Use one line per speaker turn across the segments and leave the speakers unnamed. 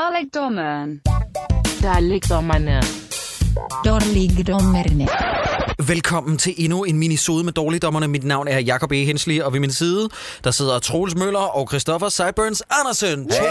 Dalekdommeren.
Dalekdommerne.
Dårligdommerne.
Velkommen til endnu en minisode med Dårligdommerne. Mit navn er Jakob E. Hensli, og ved min side, der sidder Troels Møller og Christoffer Sideburns Andersen. To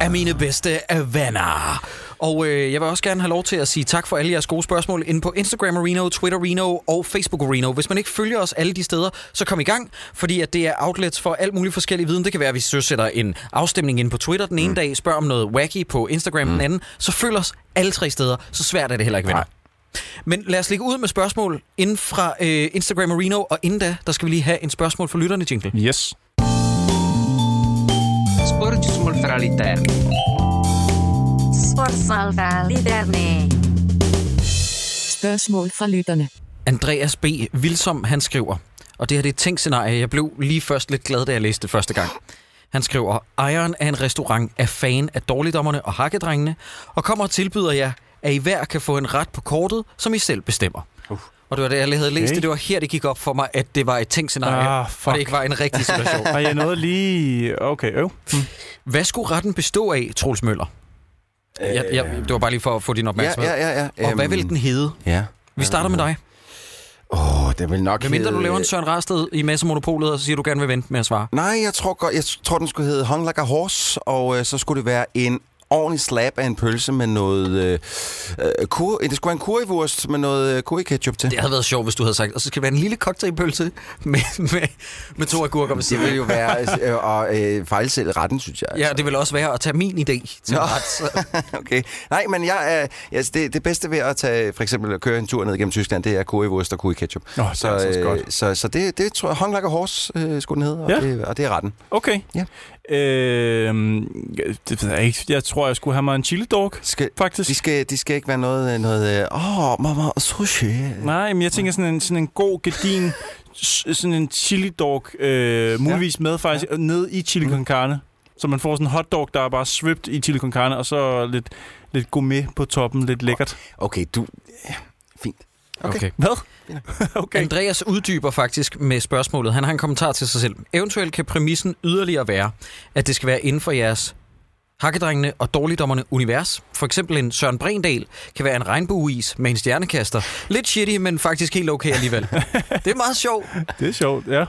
af mine bedste af venner. Og øh, jeg vil også gerne have lov til at sige tak for alle jeres gode spørgsmål inde på Instagram Reno, Twitter Reno og Facebook Reno. Hvis man ikke følger os alle de steder, så kom i gang, fordi at det er outlets for alt muligt forskellig viden. Det kan være, at vi søsætter en afstemning inde på Twitter den ene mm. dag, spørger om noget wacky på Instagram mm. den anden. Så følg os alle tre steder, så svært er det heller ikke, venner. Men lad os ligge ud med spørgsmål inden fra øh, Instagram Reno, og inden da, der skal vi lige have en spørgsmål for lytterne, Jingle.
Yes.
Sporgismol fra l'Iterno.
Spørgsmål fra lytterne.
Andreas B. Vilsom, han skriver, og det her det er et tænkt scenarie, jeg blev lige først lidt glad, da jeg læste det første gang. Han skriver, ejeren af en restaurant er fan af dårligdommerne og hakkedrengene, og kommer og tilbyder jer, at I hver kan få en ret på kortet, som I selv bestemmer. Uh. Og det var det, jeg havde læst det.
Okay.
Det var her, det gik op for mig, at det var et tænkt scenarie,
Ah,
og
fuck.
det ikke var en rigtig situation.
Og jeg nåede lige... Okay, øv.
Hvad skulle retten bestå af, Troels Møller? Jeg, jeg, det var bare lige for at få din
Ja,
opmærksomhed.
ja, ja. ja. Øhm,
Og hvad vil den hedde?
Ja.
Vi starter med dig.
Åh, oh, det vil nok
Hvem mindre du
hedde-
laver en Søren Rasted i massemonopolet, og så siger du gerne vil vente med at svare.
Nej, jeg tror godt, jeg tror, den skulle hedde Hong Like a Horse, og øh, så skulle det være en ordentlig slab af en pølse med noget... Øh, øh, kur, det skulle være en currywurst med noget øh, curryketchup til.
Det havde været sjovt, hvis du havde sagt, og så skal det være en lille cocktailpølse med, med, med to agurker ved
Det
siden.
ville jo være øh, at øh, fejlsælge retten, synes jeg.
Ja, det vil også være at tage min idé til
Nå.
ret. Så-
Okay. Nej, men jeg er, altså det, det bedste ved at tage, for eksempel at køre en tur ned gennem Tyskland, det er currywurst og curryketchup.
Nå, det er altså også godt.
så, øh, så det, det tror jeg, Hong Like a Horse øh, skulle den hedde, og,
Ja.
det, og det er retten.
Okay.
Ja.
Øhm, det ved jeg ikke. Jeg tror, jeg skulle have mig en chili dog,
Skal,
faktisk.
de, skal, de skal ikke være noget, noget øh, åh, oh, mamma, sushi.
Nej, men jeg tænker sådan en, sådan en god, gedin, s- sådan en chili dog, øh, muligvis med faktisk, ja. ned i chili con carne. Så man får sådan en hotdog, der er bare svøbt i chili con carne, og så lidt, lidt gourmet på toppen, lidt lækkert.
Okay, du... ja, Fint. Okay.
Hvad?
Okay. Andreas uddyber faktisk med spørgsmålet. Han har en kommentar til sig selv. Eventuelt kan præmissen yderligere være, at det skal være inden for jeres hakkedrengene og dårligdommerne univers. For eksempel en Søren Brendal kan være en regnbueis med en stjernekaster. Lidt shitty, men faktisk helt okay alligevel. det er meget sjovt.
Det er sjovt, ja.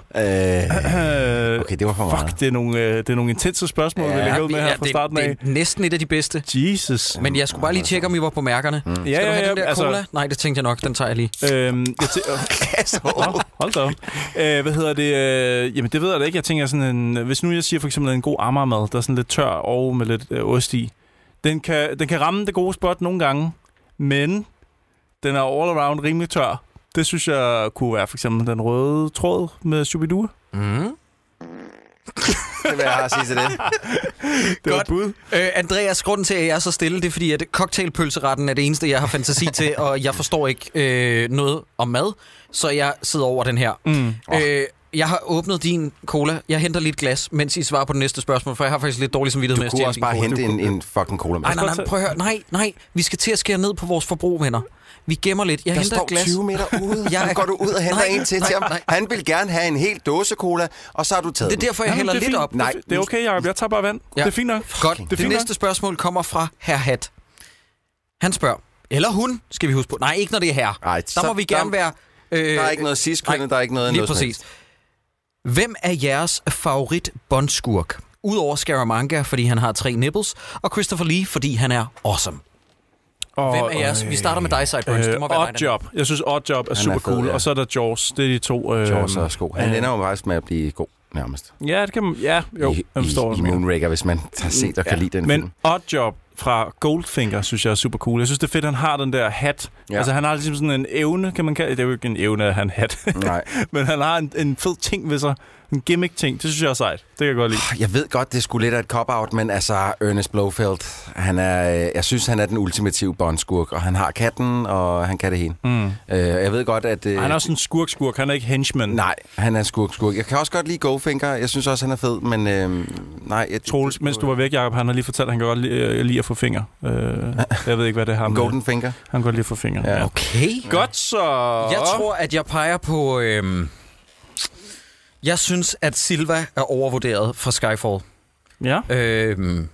Øh,
Øh,
okay, det var for meget.
Fuck, det er nogle, øh, det er nogle intense spørgsmål, ja, vi lægger ud med her fra
det,
starten af.
det er næsten et af de bedste.
Jesus.
Men jeg skulle bare lige tjekke, om I var på mærkerne. Mm. Skal du have den der altså... cola? Nej, det tænkte jeg nok. Den tager jeg lige.
Øhm, jeg tæ- Nå, hold da op. Øh, hvad hedder det? Øh, jamen, det ved jeg da ikke. Jeg tænker sådan en... Hvis nu jeg siger for eksempel en god amarmad, der er sådan lidt tør og med lidt øh, ost i. Den kan, den kan ramme det gode spot nogle gange, men den er all around rimelig tør. Det synes jeg kunne være for eksempel den røde tråd med Shubidua.
Mm.
Det vil jeg have at sige til det.
Det var
Godt.
et bud. Mm.
Øh, Andreas, grunden til, at jeg er så stille, det er fordi, at cocktailpølseretten er det eneste, jeg har fantasi til, og jeg forstår ikke øh, noget om mad, så jeg sidder over den her.
Mm.
Øh, jeg har åbnet din cola. Jeg henter lige et glas, mens I svarer på det næste spørgsmål, for jeg har faktisk lidt dårlig samvittighed med
Du
at
kunne
stjæle
også
din
bare
cola.
hente en, en fucking cola med.
Nej, nej, nej, prøv at høre. Nej, nej, vi skal til at skære ned på vores forbrug, venner. Vi gemmer lidt. Jeg
Der
henter
står
et glas.
20 meter ude.
Jeg
Jeg
er-
går du ud og henter
Nej,
en til,
nej,
til ham.
nej.
Han vil gerne have en hel dåse cola, og så har du taget
Det er derfor, jeg
Jamen,
hælder
det er
lidt
fint.
op.
Nej,
Det er okay, Jacob. Jeg tager bare vand.
Ja.
Ja. Det er fint nok.
Godt.
er
Det, det
fint
næste spørgsmål kommer fra herr Hat. Han spørger, eller hun, skal vi huske på. Nej, ikke når det er herre.
Ej,
Der
så-
må vi gerne
der-
være... Øh,
Der er ikke noget ciskønnet,
nej,
der er ikke noget
Lige
noget som
præcis. Hvem er jeres favorit bondskurk? Udover Scaramanga, fordi han har tre nipples, og Christopher Lee, fordi han er awesome.
Og,
Hvem er jeres? Vi starter med dig, Sideburns. Det må være dig,
Øh, Oddjob. Jeg synes, Oddjob er
er
super
fed,
cool.
ja.
Og så er der Jaws. Det er de to... Øh,
Øhm,
Jaws og sko. Han
øh,
ender jo faktisk med at blive god, nærmest.
Ja, det kan man... Ja, jo.
I,
jeg forstår, hvad
i,
du
i
mener.
Moonraker, hvis man har set og kan lide den
Men
film.
Oddjob fra Goldfinger, synes jeg er super cool. Jeg synes, det er fedt, han har den der hat.
Ja.
Ja. Altså, han har ligesom sådan en evne, kan man kalde det. Det er jo ikke en evne, at han har hat.
Nej.
Men han har en, en fed ting ved sig. En gimmick-ting. Det synes jeg er sejt. Det kan jeg godt lide.
Jeg ved godt, det skulle lidt af et cop-out, men altså, Ernest Blofeld, han er, øh, jeg synes, han er den ultimative bondskurk, og han har katten, og han kan det hele. Mm. Øh, jeg ved godt, at... Øh,
Han er også en skurk-skurk. Han er ikke henchman.
Nej, han er skurk-skurk. Jeg kan også godt lide Goldfinger. Jeg synes også, han er fed, men øh, nej... Jeg,
Troels, mens du var væk, Jacob, han har lige fortalt, at han kan godt lide, øh, lide at få fingre. Øh, jeg ved ikke, hvad det har med.
Golden Finger.
Han kan godt lide at få fingre.
Ja.
Ja.
Okay.
Godt så.
Jeg tror, at jeg peger på... Øhm, jeg synes, at Silva er overvurderet fra Skyfall.
Ja.
Øhm,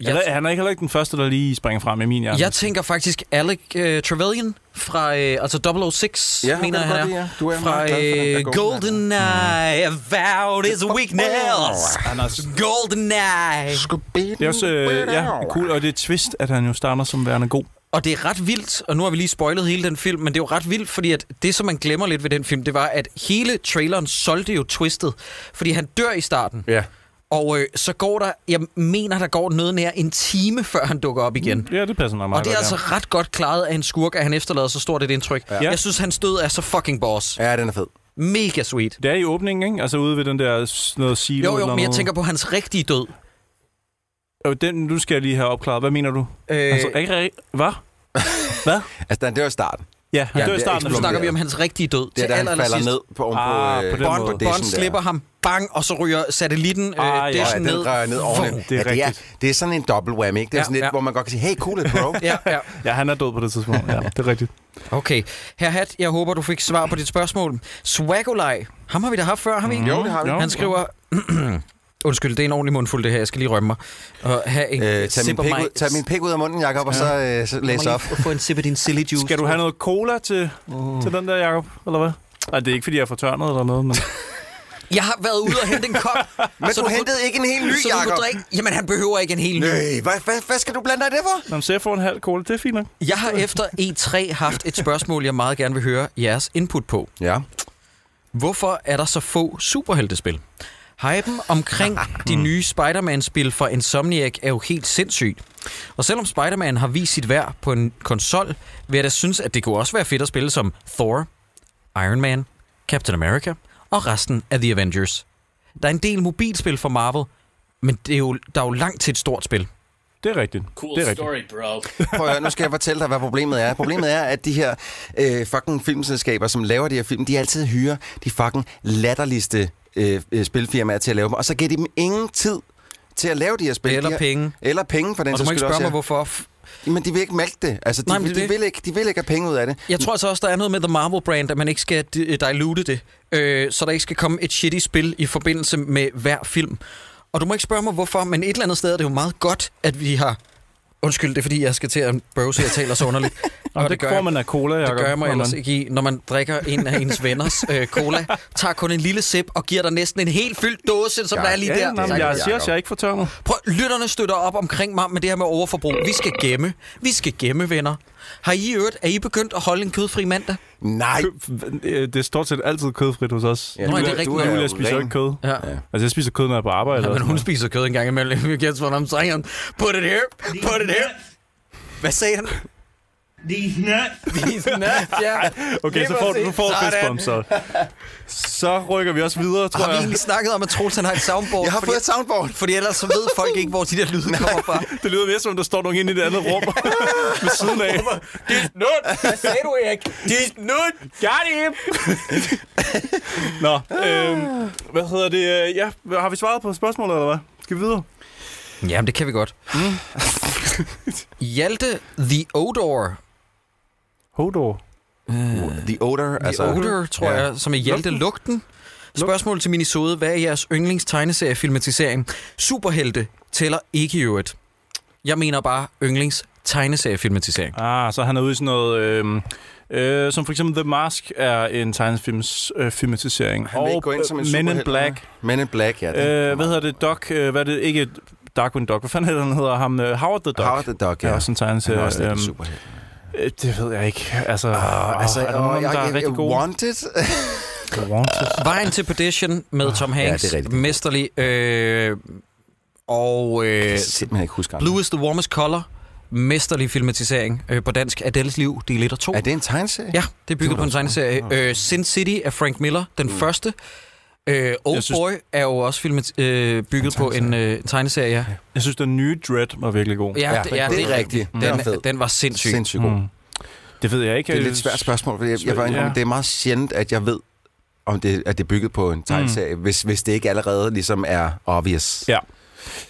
Jeg... Eller, han er ikke heller ikke den første, der lige springer frem i min hjerne.
Jeg tænker faktisk Alec øh, Trevelyan fra øh, altså 006,
Ja,
ja,
ham
mener
kan
jeg,
du
han
godt
er.
lide, ja.
fra
Du er meget glad for den der
øh, GoldenEye, Avowed his weakness.
Han er
GoldenEye.
Det er også øh, ja, cool, og det er et twist, at han jo starter som værende god.
Og det er ret vildt, og nu har vi lige spoilet hele den film, men det er jo ret vildt, fordi at det, som man glemmer lidt ved den film, det var, at hele traileren solgte jo twistet, fordi han dør i starten.
Ja.
Og øh, så går der, jeg mener, der går noget nær en time, før han dukker op igen.
Mm. Ja, det passer nok meget
Og det er
godt,
altså
ja.
ret godt klaret af en skurk, at han efterlader så stort et indtryk. Ja.
Ja.
Jeg synes, hans død er så fucking boss.
Ja, den er fed.
Mega sweet.
Det er i åbningen, ikke? Altså ude ved den der s- noget silo
Jo,
eller
jo, men jeg
noget.
tænker på hans rigtige død.
Øh, den, nu skal jeg lige have opklaret. Hvad mener du?
Øh,
Altså,
altså,
ikke rigtig... Hvad? Hvad?
Altså, den, det var starten.
Ja, han
Ja,
ja, dør i
det er
starten.
nu
af
snakker vi om hans rigtige død.
Det er, da han falder
allersidst.
ned på, oven på,
Ah, på den
Bond,
måde.
Bond,
Det er sådan der.
slipper ham, bang, og så ryger satellitten øh,
Ah, ja.
Ja,
Dashen
den
ned.
drejer ned oveni.
Det er
ja, det, er,
rigtigt.
det er sådan en dobbelt whammy, ikke? Det er
Ja,
sådan lidt,
ja.
hvor man godt kan sige, hey, cool it, bro.
Ja, ja.
Ja, han er død på det tidspunkt. Ja, det er rigtigt.
Okay. Her Hat, jeg håber, du fik svar på dit spørgsmål. Swagolaj, ham har vi da haft før, har vi ikke?
Jo, det har vi.
Jo.
Han skriver... Undskyld, det er en ordentlig mundfuld, det her. Jeg skal lige rømme mig. Og have en
Øh, tag, min
sip af
pik
mig.
ud, tag min pik ud af munden, Jacob, og så, øh, så læs op.
Få en sip af din silly juice.
Skal du have noget cola til, til den der, Jacob? Eller hvad? Nej, det er ikke, fordi jeg er fortørnet eller noget, men...
Jeg har været ude og hente en kop.
Men
så
du
kunne-
hentede ikke en helt ny,
så du kunne
Jacob.
drikke. Jamen, han behøver ikke en hel ny.
Nej, hvad, hvad, hvad skal du blande dig i det for?
Nå, men så jeg får en halv cola, det er fint nok.
Jeg har efter E3 haft et spørgsmål, jeg meget gerne vil høre jeres input på.
Ja.
Hvorfor er der så få superheltespil? Hypen omkring
Mm.
de nye Spider-Man-spil fra Insomniac er jo helt sindssygt. Og selvom Spider-Man har vist sit værd på en konsol, vil jeg da synes, at det kunne også være fedt at spille som Thor, Iron Man, Captain America og resten af The Avengers. Der er en del mobilspil for Marvel, men det er jo, der er jo langt til et stort spil.
Det er rigtigt.
Cool
det er rigtigt.
story, bro.
Prøv at høre, nu skal jeg fortælle dig, hvad problemet er. Problemet er, at de her øh, fucking filmselskaber, som laver de her film, de altid hyrer de fucking latterligste øh, øh, spilfirmaer til at lave dem, og så giver de dem ingen tid til at lave de her spil.
Eller
de her,
penge.
Eller penge, for den
Og du
sags
må ikke
skyld
spørge mig,
også,
hvorfor. F-
ja. Men de vil ikke mælke det. Altså, de,
Nej,
Nej,
men
de,
det-
de, vil ikke, de vil ikke have penge ud af det.
Jeg tror altså også, der er noget med The Marvel brand, at man ikke skal di- dilute det, øh, så der ikke skal komme et shitty spil i forbindelse med hver film. Og du må ikke spørge mig, hvorfor, men et eller andet sted er det jo meget godt, at vi har... Undskyld, det er fordi, jeg skal til at browse, jeg taler så underligt.
Nå, det, det får man af cola, Jacob.
Det gør jeg mig
når
ellers ikke i, når man drikker en af ens venners øh, cola, tager kun en lille sip og giver dig næsten en helt fyldt dåse, som ja, der er lige
Ja,
der.
ja, nej, men jeg siger også, jeg er ikke fortørnet.
Prøv, lytterne støtter op omkring mig med det her med overforbrug. Vi skal gemme. Vi skal gemme, venner. Har I i øvrigt, er I begyndt at holde en kødfri mandag?
Nej.
Køb- øh, Det er stort set altid kødfrit hos os.
Ja,
Nå,
Julia-
er det rigtigt?
Julia
jo
spiser jo
ren.
ikke kød.
Ja.
Altså, jeg spiser kød, når jeg er på arbejde.
Ja,
eller
men
sådan
hun
noget.
spiser kød en gang imellem. You get what I'm saying. Put it here. Put it here. Hvad sagde han?
These nuts.
These nuts, ja.
Okay,
Lige
så får du,
præcis.
du får
Sådan.
fistbomb, så. Så rykker vi også videre, tror
Har vi
jeg.
egentlig snakket om, at Troels han har et soundboard?
Jeg har
fordi,
fået et soundboard.
fordi ellers så ved folk ikke, hvor de der lyde kommer fra.
Det lyder mere som, om der står nogen inde i det andet rum ved siden af.
This nut. Hvad sagde du, Erik? This nut.
Got him! Nå, øhm, hvad hedder det? øh, Ja, har vi svaret på spørgsmålet, eller hvad? Skal vi videre?
Jamen, det kan vi godt. Hjalte The Odor.
Hodor.
Uh, The odor,
The
altså...
Odor, tror
Ja.
jeg, som er Hjalte Lugten. Spørgsmål til Minnesota. Hvad er jeres yndlings tegneseriefilmatisering? Superhelte tæller ikke i øvrigt. Jeg mener bare yndlings tegneseriefilmatisering.
Ah, så han er ude i sådan noget... Øhm, øh, som for eksempel The Mask er en tegnefilms øh, filmatisering. øh,
Han vil ikke gå ind som en
Men in
superhelt.
Black.
Men in Black, ja. den-
Øh, hvad hedder det? Doc... Øh, hvad er det? Ikke Darkwing Duck. Hvad fanden hedder han? Hedder ham? Øh, Howard the Duck.
Howard the Duck,
Ja,
ja.
også en tegneserie.
Han er også lidt
øhm,
en superhelt.
øh, det ved jeg ikke. Altså,
Og,
åh,
altså,
er der
og,
nogen,
jeg,
der er
jeg,
rigtig gode?
Wanted.
Wanted.
Vejen til Perdition med Tom
Ah, det
Hanks.
er
Ja,
rigtigt.
mesterlig. Øh, og øh,
Jeg kan simpelthen ikke huske
Blue is the Warmest Color. Mesterlig filmatisering øh, på dansk. Adeles liv, del 1 og 2.
Er det en tegneserie?
Ja, det er bygget på en
Ah,
tegneserie. Øh, Sin City af Frank Miller, den mm. første. Øh, Old
Jeg synes-
synes, Boy er jo også filmet, øh, bygget på en øh, en tegneserie. Ja,
Jeg synes, den nye Dread var virkelig god.
ja, ja,
Ja,
det,
det
ja
er
det er rigtigt.
rigtigt.
Den,
Den var fed.
den, var sindssyg.
Sindssygt god.
Mm. Det ved jeg ikke.
Det er et lidt svært spørgsmål, for jeg, jeg var indrømme,
Ja.
det er meget sjældent, at jeg ved,
Mm.
om det, at det er bygget på en tegneserie, hvis, hvis det ikke allerede ligesom er obvious.
Ja.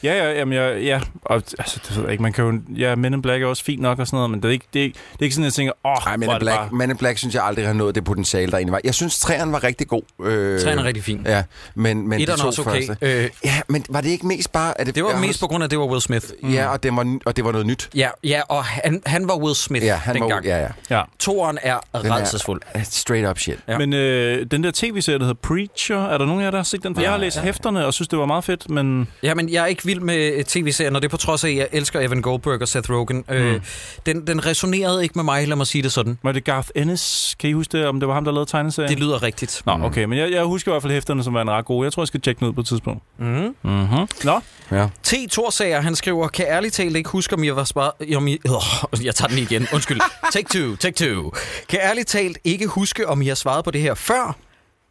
Ja, ja, jamen, jeg, ja. Og, altså, det ved jeg ikke, man kan jo... Ja, Men in Black er også fint nok og sådan noget, men det er ikke, det er, ikke- det er ikke sådan, at jeg tænker, åh, oh,
Nej, Men in Black, Men in Black synes jeg aldrig har nået det potentiale, der egentlig var. Jeg synes, træerne var rigtig god. Øh,
Træerne er rigtig fin.
Ja, men, men de
Etteren er
to
også okay.
første.
Øh,
Ja, men var det ikke mest bare... At
det var
jeg
mest på Mm. grund af, at det var Will Smith.
husker- Ja, og det var, og det var noget nyt.
Ja, ja og han, han var Will Smith
Ja, han var,
dengang.
ja, ja.
Ja.
Toren er
er-
redselsfuld.
Straight up shit.
Ja.
Men øh, den der tv-serie, der hedder Preacher, er der nogen af jer, der har set den? For jeg har læst hæfterne og synes, det var meget fedt, men...
Jamen, jeg er ikke vild med øh, tv-serier, når det er på trods af, at jeg elsker Evan Goldberg og Seth Rogen. Mm. Øh, den, den resonerede ikke med mig, lad mig sige det sådan.
Var det Garth Ennis? Kan I huske det, om det var ham, der lavede tegneserien?
Det lyder Mm. rigtigt.
Nå, okay, men jeg, jeg husker i hvert fald hæfterne, som var en ret gode. Jeg tror, jeg skal tjekke den ud på et tidspunkt.
Mm.
Mm-hmm. Nå,
Ja.
T. Torsager, han skriver, kan ærligt talt ikke huske, om jeg var spar... Om jeg... Oh, jeg tager den lige igen. Undskyld. Take two, take two. Kan ærligt talt ikke huske, om jeg har svaret på det her før,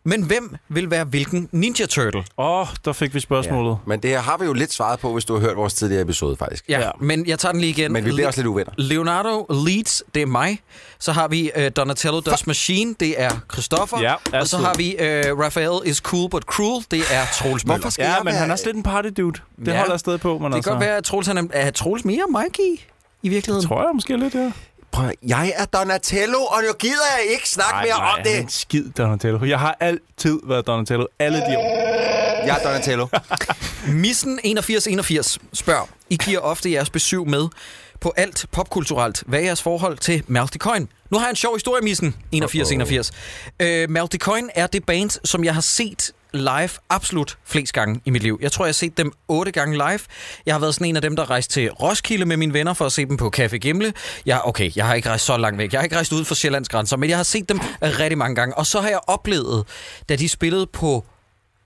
men hvem vil være hvilken Ninja Turtle?
åh, oh, der fik vi spørgsmålet.
Men det her har vi jo lidt svaret på, hvis du har hørt vores tidligere episode, faktisk.
Ja, ja. men jeg tager den lige igen.
Men vi bliver også lidt uvenner.
Leonardo Leeds, det er mig. Så har vi øh, Donatello Does Machine, det er Christoffer.
Ja,
og så
altid.
har vi øh, Raphael is cool but cruel, det er Troels Møller.
Hvorfor
Det
skal
Ja,
jeg
ja men
være-
han er også lidt en party dude. Det
Ja.
ja. holder jeg stadig på, men
kan
altså...
godt være, at Troels, han er, er Troels mere Mikey i virkeligheden.
Tror jeg måske lidt, ja.
Prøv, at- jeg er Donatello, og nu gider jeg ikke snakke mere om
han er en
det.
skid Donatello. Jeg har altid været Donatello. Alle de år.
Jeg er Donatello.
Missen 8181 spørger, I giver ofte jeres besøg med på alt popkulturelt. Hvad er jeres forhold til Malty Coin? Nu har jeg en sjov historie, Missen 8181. Øh, Malty Coin er det band, som jeg har set live absolut flest gange i mit liv. Jeg tror, jeg har set dem otte gange live. Jeg har været sådan en af dem, der rejste til Roskilde med mine venner for at se dem på Café Gimle. Jeg, okay, jeg har ikke rejst så langt væk. Jeg har ikke rejst uden for Sjællands grænser, men jeg har set dem rigtig mange gange. Og så har jeg oplevet, da de spillede på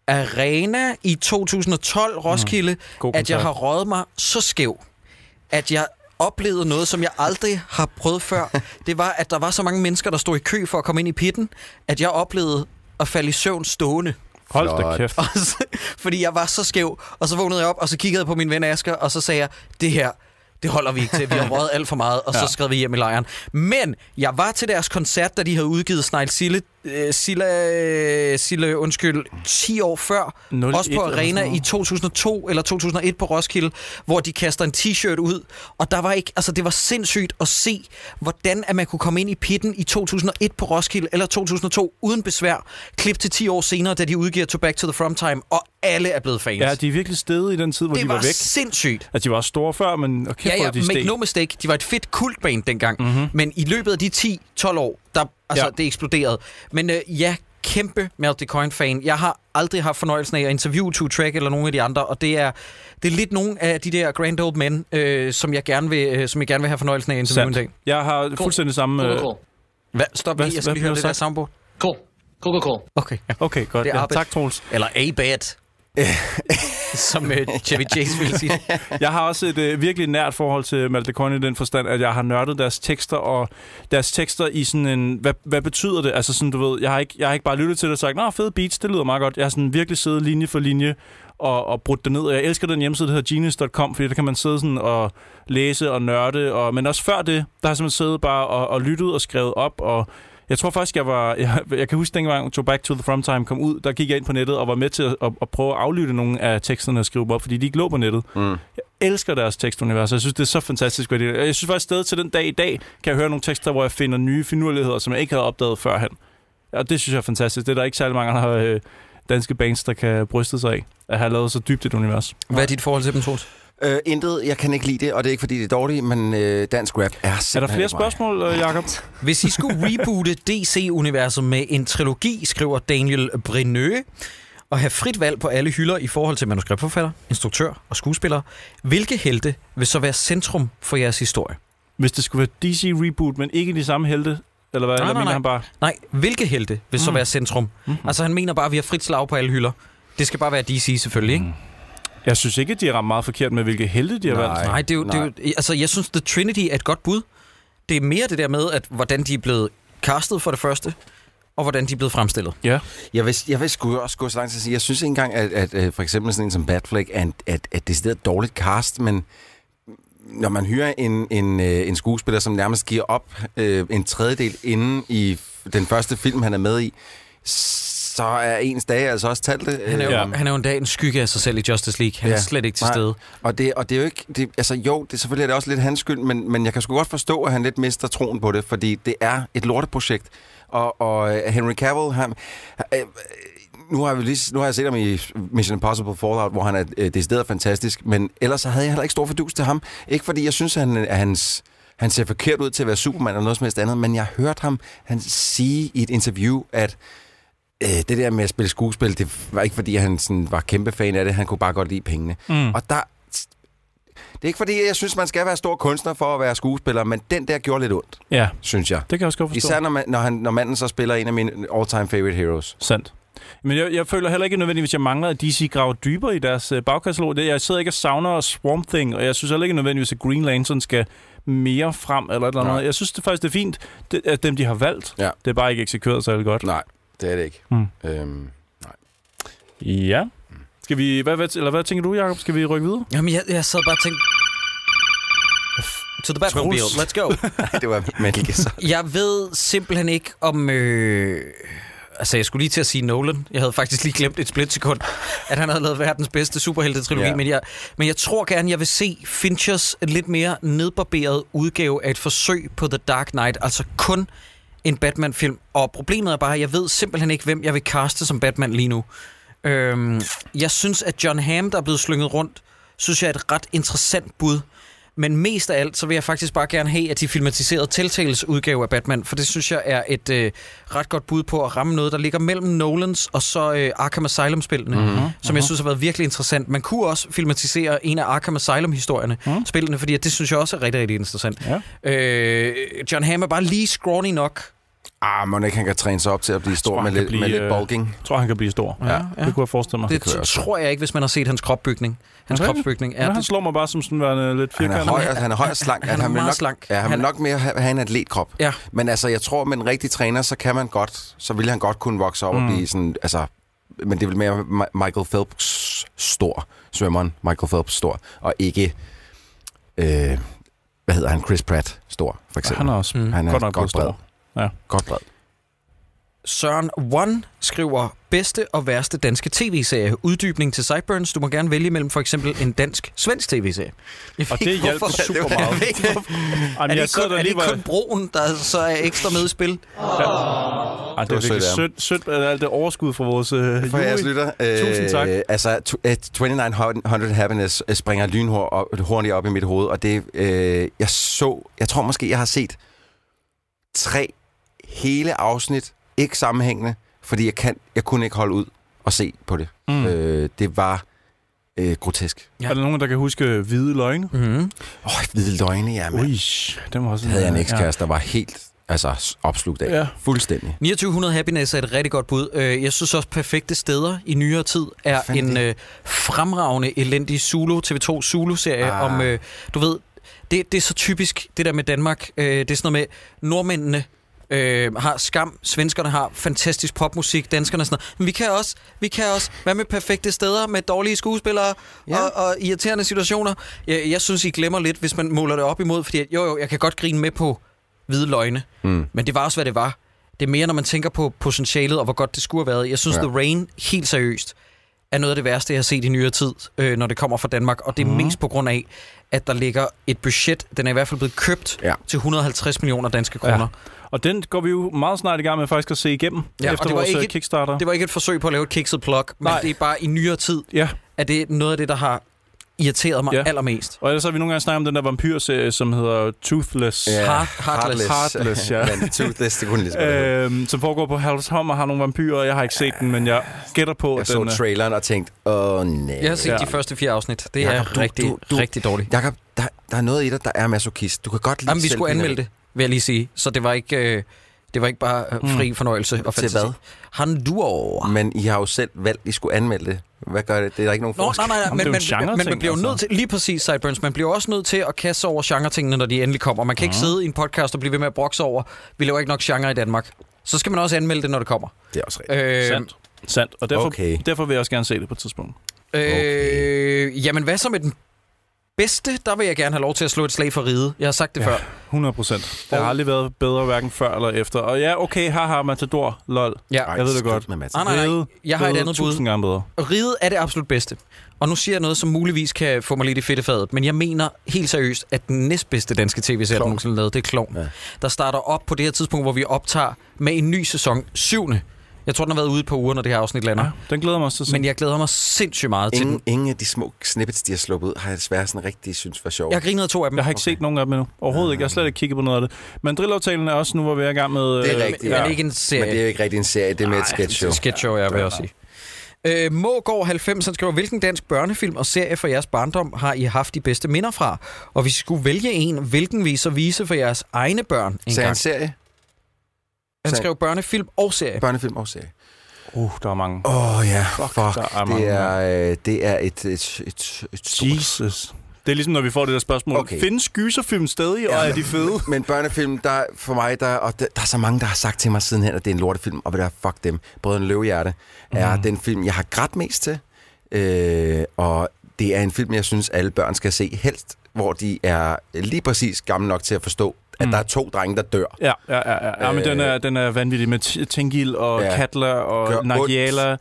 Arena i 2012 Roskilde, mm.
God
at jeg
koncert.
har røget mig så skæv, at jeg oplevede noget, som jeg aldrig har prøvet før. Det var, at der var så mange mennesker, der stod i kø for at komme ind i pitten, at jeg oplevede at falde i søvn stående.
Hold
Flot.
da kæft.
Og så, fordi jeg var så skæv, og så vågnede jeg op, og så kiggede jeg på min ven Asger, og så sagde jeg, det her, det holder vi ikke til, vi har røget alt for meget, og så skrev vi hjem i lejren. Men jeg var til deres koncert, da de havde udgivet Snail Sille, øh, Silla, øh, Sille, undskyld, 10 år før,
01
også på
eller sådan
Arena
noget.
i 2002 eller 2001 på Roskilde, hvor de kaster en t-shirt ud, og der var ikke, altså det var sindssygt at se, hvordan at man kunne komme ind i pitten i 2001 på Roskilde eller 2002 uden besvær. Klip til 10 år senere, da de udgiver To Back to the From Time, og alle er blevet fans.
Ja, de er virkelig stede i den tid, hvor
det
de var,
var
væk.
sindssygt.
Altså, de var også store før, men og kæft,
Ja,
hvor
ja,
de
make
steg.
no mistake, de var et fedt kultband dengang, mm-hmm. men i løbet af de 10-12 år, der, altså,
Ja.
det eksploderede. Men øh, ja, kæmpe Melt the Coin-fan. Jeg har aldrig haft fornøjelsen af at interviewe Two Track eller nogen af de andre, og det er, det er lidt nogle af de der grand old men, øh, som, jeg gerne vil, øh, som jeg gerne vil have fornøjelsen af at interviewe
Sandt.
en dag.
Jeg har fuldstændig samme... øh,
Coca-Cola.
Hvad, stop
Hvad-
lige, jeg skal
hvad
lige
blev
høre det der
sagt?
soundboard.
Cool. Coca-Cola.
Okay, ja.
Okay, godt.
Det er
Ja,
arbejde.
tak, Troels.
Eller A-Bad, som øh, Chevy Chase ville sige.
Jeg har også et øh, virkelig nært forhold til Malte Coyne i den forstand, at jeg har nørdet deres tekster, og deres tekster i sådan en... Hvad, hvad betyder det? Altså sådan, du ved, jeg har ikke, jeg har ikke bare lyttet til det og sagt, nå, fede beats, det lyder meget godt. Jeg har sådan virkelig siddet linje for linje og, og brudt det ned. Og jeg elsker den hjemmeside, der hedder genius.com, fordi der kan man sidde sådan og læse og nørde. Og, men også før det, der har jeg simpelthen siddet bare og, og lyttet og skrevet op, og jeg tror faktisk, jeg var... Jeg, jeg kan huske dengang, To Back to the From Time kom ud, der gik jeg ind på nettet og var med til at, at, at prøve at aflytte nogle af teksterne og skrive dem op, fordi de ikke lå på nettet.
Mm.
Jeg elsker deres tekstunivers, og jeg synes, det er så fantastisk. Hvad de, og jeg synes faktisk, stadig til den dag i dag, kan jeg høre nogle tekster, hvor jeg finder nye finurligheder, som jeg ikke havde opdaget førhen. Og det synes jeg er fantastisk. Det er der ikke særlig mange andre øh, danske bands, der kan bryste sig af, at have lavet så dybt et univers.
Hvad er dit forhold til dem, Troels?
Øh, intet, jeg kan ikke lide det, og det er ikke, fordi det er dårligt, men øh, dansk rap er
Er
simpelthen
der flere
ikke mig.
spørgsmål, øh, Jacob?
Hvis I skulle reboote DC-universet med en trilogi, skriver Daniel Brinøe, og have frit valg på alle hylder i forhold til manuskriptforfatter, instruktør og skuespiller, hvilke helte vil så være centrum for jeres historie?
Hvis det skulle være DC Reboot, men ikke de samme helte, eller hvad?
Nej,
eller
nej,
mener
nej.
han bare?
Nej, hvilke helte vil så mm. være centrum? Mm. Altså han mener bare, at vi har frit slag på alle hylder. Det skal bare være DC selvfølgelig, ikke?
Jeg synes ikke, at de har ramt meget forkert med, hvilke helte de har
Nej.
valgt.
Nej, det er jo, det er jo, altså jeg synes, The Trinity er et godt bud. Det er mere det der med, at hvordan de er blevet castet for det første, og hvordan de er blevet fremstillet.
Ja.
Jeg vil, jeg vil sgu også gå så langt til at sige, jeg synes ikke engang, at, at, at for eksempel sådan en som Batfleck er, en- at, at det er et dårligt cast, men når man hyrer en, en, øh, en skuespiller, som nærmest giver op øh, en tredjedel inden i f- den første film, han er med i, s- så er ens dage altså også talt det.
Han er, jo, ja. han er jo en dag en skygge af sig selv i Justice League. Han ja. er slet ikke til
Nej.
stede.
Og det, og det er jo ikke... Det, altså jo, det, selvfølgelig er det også lidt hans skyld, men, men jeg kan sgu godt forstå, at han lidt mister troen på det, fordi det er et lorteprojekt. Og, og øh, Henry Cavill, han, øh, øh, nu, har vi lige, nu har jeg set ham i Mission Impossible Fallout, hvor han er øh, decideret fantastisk, men ellers så havde jeg heller ikke stor fordus til ham. Ikke fordi jeg synes, at, han, at hans... Han ser forkert ud til at være Superman eller noget som helst andet, men jeg hørte ham han sige i et interview, at øh, det der med at spille skuespil, det var ikke fordi, han sådan var kæmpe fan af det. Han kunne bare godt lide pengene. Mm. Og der... Det er ikke fordi, jeg synes, man skal være stor kunstner for at være skuespiller, men den der gjorde lidt ondt,
Ja,
synes jeg.
det kan jeg også godt forstå.
Især når, man, når, han, når manden så spiller en af mine all-time favorite heroes.
Sandt. Men jeg, jeg føler heller ikke nødvendigvis, at jeg mangler, at DC graver dybere i deres øh, bagkatalog. Det- Jeg sidder ikke og savner Swamp Thing, og jeg synes heller ikke nødvendigvis, at Green Lantern skal mere frem eller et eller andet.
Nej.
Jeg synes det faktisk, det er fint, det, at dem, de har valgt,
Ja.
det er bare ikke eksekveret særlig godt.
Nej, det er det ikke.
Mm.
Øhm,
Ja. Skal vi, hvad, hvad, eller hvad tænker du, Jacob? Skal vi rykke videre?
Jamen, jeg, jeg sad bare og tænkte... To the Batmobile,
Troels.
let's go.
det var Metal Gear Solid.
Jeg ved simpelthen ikke om... Øh... Altså, jeg skulle lige til at sige Nolan. Jeg havde faktisk lige glemt et splitsekund, at han havde lavet verdens bedste superhelte-trilogi.
Ja.
Yeah. Men, jeg, men jeg tror gerne, jeg vil se Finchers lidt mere nedbarberet udgave af et forsøg på The Dark Knight. Altså kun en Batman-film. Og problemet er bare, at jeg ved simpelthen ikke, hvem jeg vil kaste som Batman lige nu. Øhm, jeg synes, at John Hamm, der er blevet slynget rundt, synes jeg er et ret interessant bud. Men mest af alt, så vil jeg faktisk bare gerne have, at de filmatiserede Telltales udgave af Batman, for det synes jeg er et øh, ret godt bud på at ramme noget, der ligger mellem Nolans og så øh, Arkham Asylum-spillene,
Mhm.
mm-hmm. som jeg synes har været virkelig interessant. Man kunne også filmatisere en af Arkham Asylum-historierne,
Mhm.
mm. spillene, fordi at det synes jeg også er rigtig, rigtig interessant. Ja. Øh, John Hamm er bare lige scrawny nok.
Ah, må ikke, han kan træne sig op til at blive stor
tror,
med
han kan
lidt,
blive,
med lidt
øh,
bulking.
Jeg tror, han kan blive stor. Ja, Det kunne jeg forestille mig.
Det,
kan jeg
det
også
tror jeg ikke, hvis man har set hans kropbygning. Hans
Er det rigtigt?
kropsbygning.
Ja,
Ja,
han
det,
slår mig bare som sådan værende lidt
Han er,
firkantet.
høj, og- han er høj og slank.
han er
vil
meget
nok,
slank.
Ja, han,
Han
vil
er-
nok mere have have en atletkrop.
ja.
Men altså, jeg tror, med en rigtig træner, så kan man godt, så vil han godt kunne vokse op mm. og blive sådan, altså, men det vil mere Ma- Michael Phelps stor, svømmeren Michael Phelps stor, og ikke, øh, hvad hedder han, Chris Pratt stor, for eksempel.
Han er også
Mm.
han
godt nok blevet
bred.
stor. Ja.
Godt bred.
Søren One skriver bedste og værste danske tv-serie. Uddybning til Sideburns. Du må gerne vælge mellem for eksempel en dansk-svensk tv-serie. Jeg
Og
ved
det
ikke,
hjælper
hvorfor-
super
Jeg
meget.
ved ikke, hvorfor.
Ej,
Er
men
det
jeg
ikke
sidder
kun, er
der
det
lige,
ikke
hvor...
kun broen, der så er ekstra med i spil?
Ej, det
var
er virkelig
sødt af ham.
sødt, sødt at alt det overskud fra vores øh,
For jeres
jury.
lytter,
Tusind tak.
altså, tu- øh, 2900 Happiness øh, springer lynhurtigt op, hurtigt op i mit hoved, og det, øh, jeg så, jeg tror måske, jeg har set tre hele afsnit, ikke sammenhængende, fordi jeg, kan, jeg kunne ikke holde ud og se på det. Mm. Øh, det var øh, grotesk.
Ja.
Er der nogen, der kan huske Hvide Løgne?
Mm-hmm.
Åh, oh, hvide løgne, ja, mand.
Ui, den var også...
Det havde jeg en ekskæreste, der var helt altså, s- opslugt af.
Ja.
Ja. Fuldstændig.
2900 Happiness er et rigtig godt bud. Øh, Jeg synes også, Perfekte Steder i nyere tid er
Fanden
en
det.
øh, fremragende, elendig Zulu, TV2 Zulu-serie ah.
Ah.
om, øh, du ved, det, det er så typisk, det der med Danmark. Øh, Det er sådan noget med, nordmændene øh, har skam, svenskerne har fantastisk popmusik, danskerne er sådan noget. Men vi kan også, vi kan også, hvad med Perfekte Steder med dårlige skuespillere ja.
Ja.
og, og irriterende situationer? Jeg, jeg synes, I glemmer lidt, hvis man måler det op imod, fordi at- jo, jo, jeg kan godt grine med på hvide løgne.
Mm.
Men det var også, hvad det var. Det er mere, når man tænker på potentialet og hvor godt det skulle have været. Jeg synes, ja.
Ja.
The Rain, helt seriøst, er noget af det værste, jeg har set i nyere tid, øh, når det kommer fra Danmark. Og det er mm.
Mhm.
mest på grund af, at der ligger et budget. Den er i hvert fald blevet købt ja.
Ja.
til 150 millioner danske kroner. Ja.
Og den går vi jo meget snart i gang med faktisk at se igennem,
Ja,
ja,
og
efter
det var
vores
ikke
ikke,
et-
Kickstarter.
Det var ikke et forsøg på at lave et kikset plug, men Nej.
Nej.
det er bare i nyere tid,
Ja,
at det er noget af det, der har irriteret mig ja.
Ja.
allermest.
og ellers har vi nogle gange snakket om den der vampyrserie, som hedder Toothless.
Ja,
Heart- Heartless.
Heartless, ja.
Men Toothless, det kunne lige så godt have været.
Øhm, som foregår på Halls Hom og har nogle vampyrer. Jeg har ikke set den, men jeg gætter på,
Jeg
at
så
den er...
traileren og tænkte, åh nej.
øh, Jeg har set ja.
Ja.
de første fire afsnit. Det
Jakob,
er
du-
rigtig,
du- du-
rigtig dårligt.
Jakob, der, der er noget i dig, der er masochist. Du kan godt lide
Jamen, vi
selv
skulle
pineri.
anmelde det, vil jeg lige sige. Så det var ikke, øh, det var ikke bare
Hmm.
øh, fri fornøjelse. Og
Til
fantasi.
hvad?
Han duer.
Men I har jo selv valgt, at I skulle anmelde det. Hvad gør det? Det er der ikke nogen
Nå,
forskel.
nej, nej, nej, men,
Jamen, det er jo
men,
en genre-ting,
men man bliver jo nødt
altså.
til, lige præcis Sideburns, man bliver også nødt til at kaste sig over genre-tingene, når de endelig kommer. Man kan ikke
Hmm.
sidde i en podcast og blive ved med at brokse over, vi laver ikke nok genre i Danmark. Så skal man også anmelde det, når det kommer.
Det er også rigtigt.
Øh,
Sandt. Sandt. Og derfor,
Okay.
derfor vil jeg også gerne se det på et tidspunkt.
øh, jamen, hvad så med den bedste, der vil jeg gerne have lov til at slå et slag for ride. Jeg har sagt det ja. før.
100 procent. Det har aldrig været bedre, hverken før eller efter. Og ja, okay, haha, Matador, lol.
Ja.
Jeg ved det
slut
godt.
Med Mads.
Ah, Nej, nej, nej.
Bedre,
Jeg har et
bedre,
andet bud.
Tusind gange bedre.
Riget er det absolut bedste. Og nu siger jeg noget, som muligvis kan få mig lidt i fedtefadet, men jeg mener helt seriøst, at den næstbedste danske tv-serie, der nogensinde er lavet, det er Klovn. Ja. Der starter op på det her tidspunkt, hvor vi optager med en ny sæson, syvende. Jeg tror, den har været ude på uger, når det her afsnit lander.
Ja, den glæder mig også til at se.
Men jeg glæder mig sindssindt meget til
Ingen,
den.
ingen af de små snippets, de har sluppet ud, har jeg desværre sådan rigtig synes var sjov.
Jeg har grinet af to af dem.
Jeg har ikke okay. set nogen af dem endnu. Overhovedet ikke. Jeg har slet ikke kigget på noget af det. Men drillaftalen er også nu, hvor vi er i gang med...
Det er
øh,
rigtigt.
Men
Ja.
ikke en
Men det er
serie.
jo ikke rigtig en serie, det er med et sketch show.
Et sketch show, jeg vil også sige. Øh, Mågård 90 han skriver, hvilken dansk børnefilm og serie fra jeres barndom har I haft de bedste minder fra? Og hvis I skulle vælge en, hvilken vil I så vise for jeres egne børn en
Så er
gang?
en serie,
Han
Sand.
skrev børnefilm og serie.
børnefilm og serie.
Uh, der er mange.
Åh oh, ja, fuck.
der er mange.
det, er, øh, det er et, et, et, et stort...
Jesus. Det er ligesom, når vi får det der spørgsmål.
Okay.
Okay. Findes gyserfilm stadig, ja. og er de fede?
Men børnefilm, der er for mig, der, og der, der er så mange, der har sagt til mig sidenhen, at det er en lortefilm, og ved der, fuck dem. Brødrene Løvehjerte er den film, jeg har grædt mest til, øh, og det er en film, jeg synes, alle børn skal se helst, hvor de er lige præcis gamle nok til at forstå, at mm. der er to drenge, der dør.
Ja, ja, ja. ja. ja men den er, den er vanvittig med T- Tengil og
Øh. Ja.
ja. Katla
Gør
og Nagiala.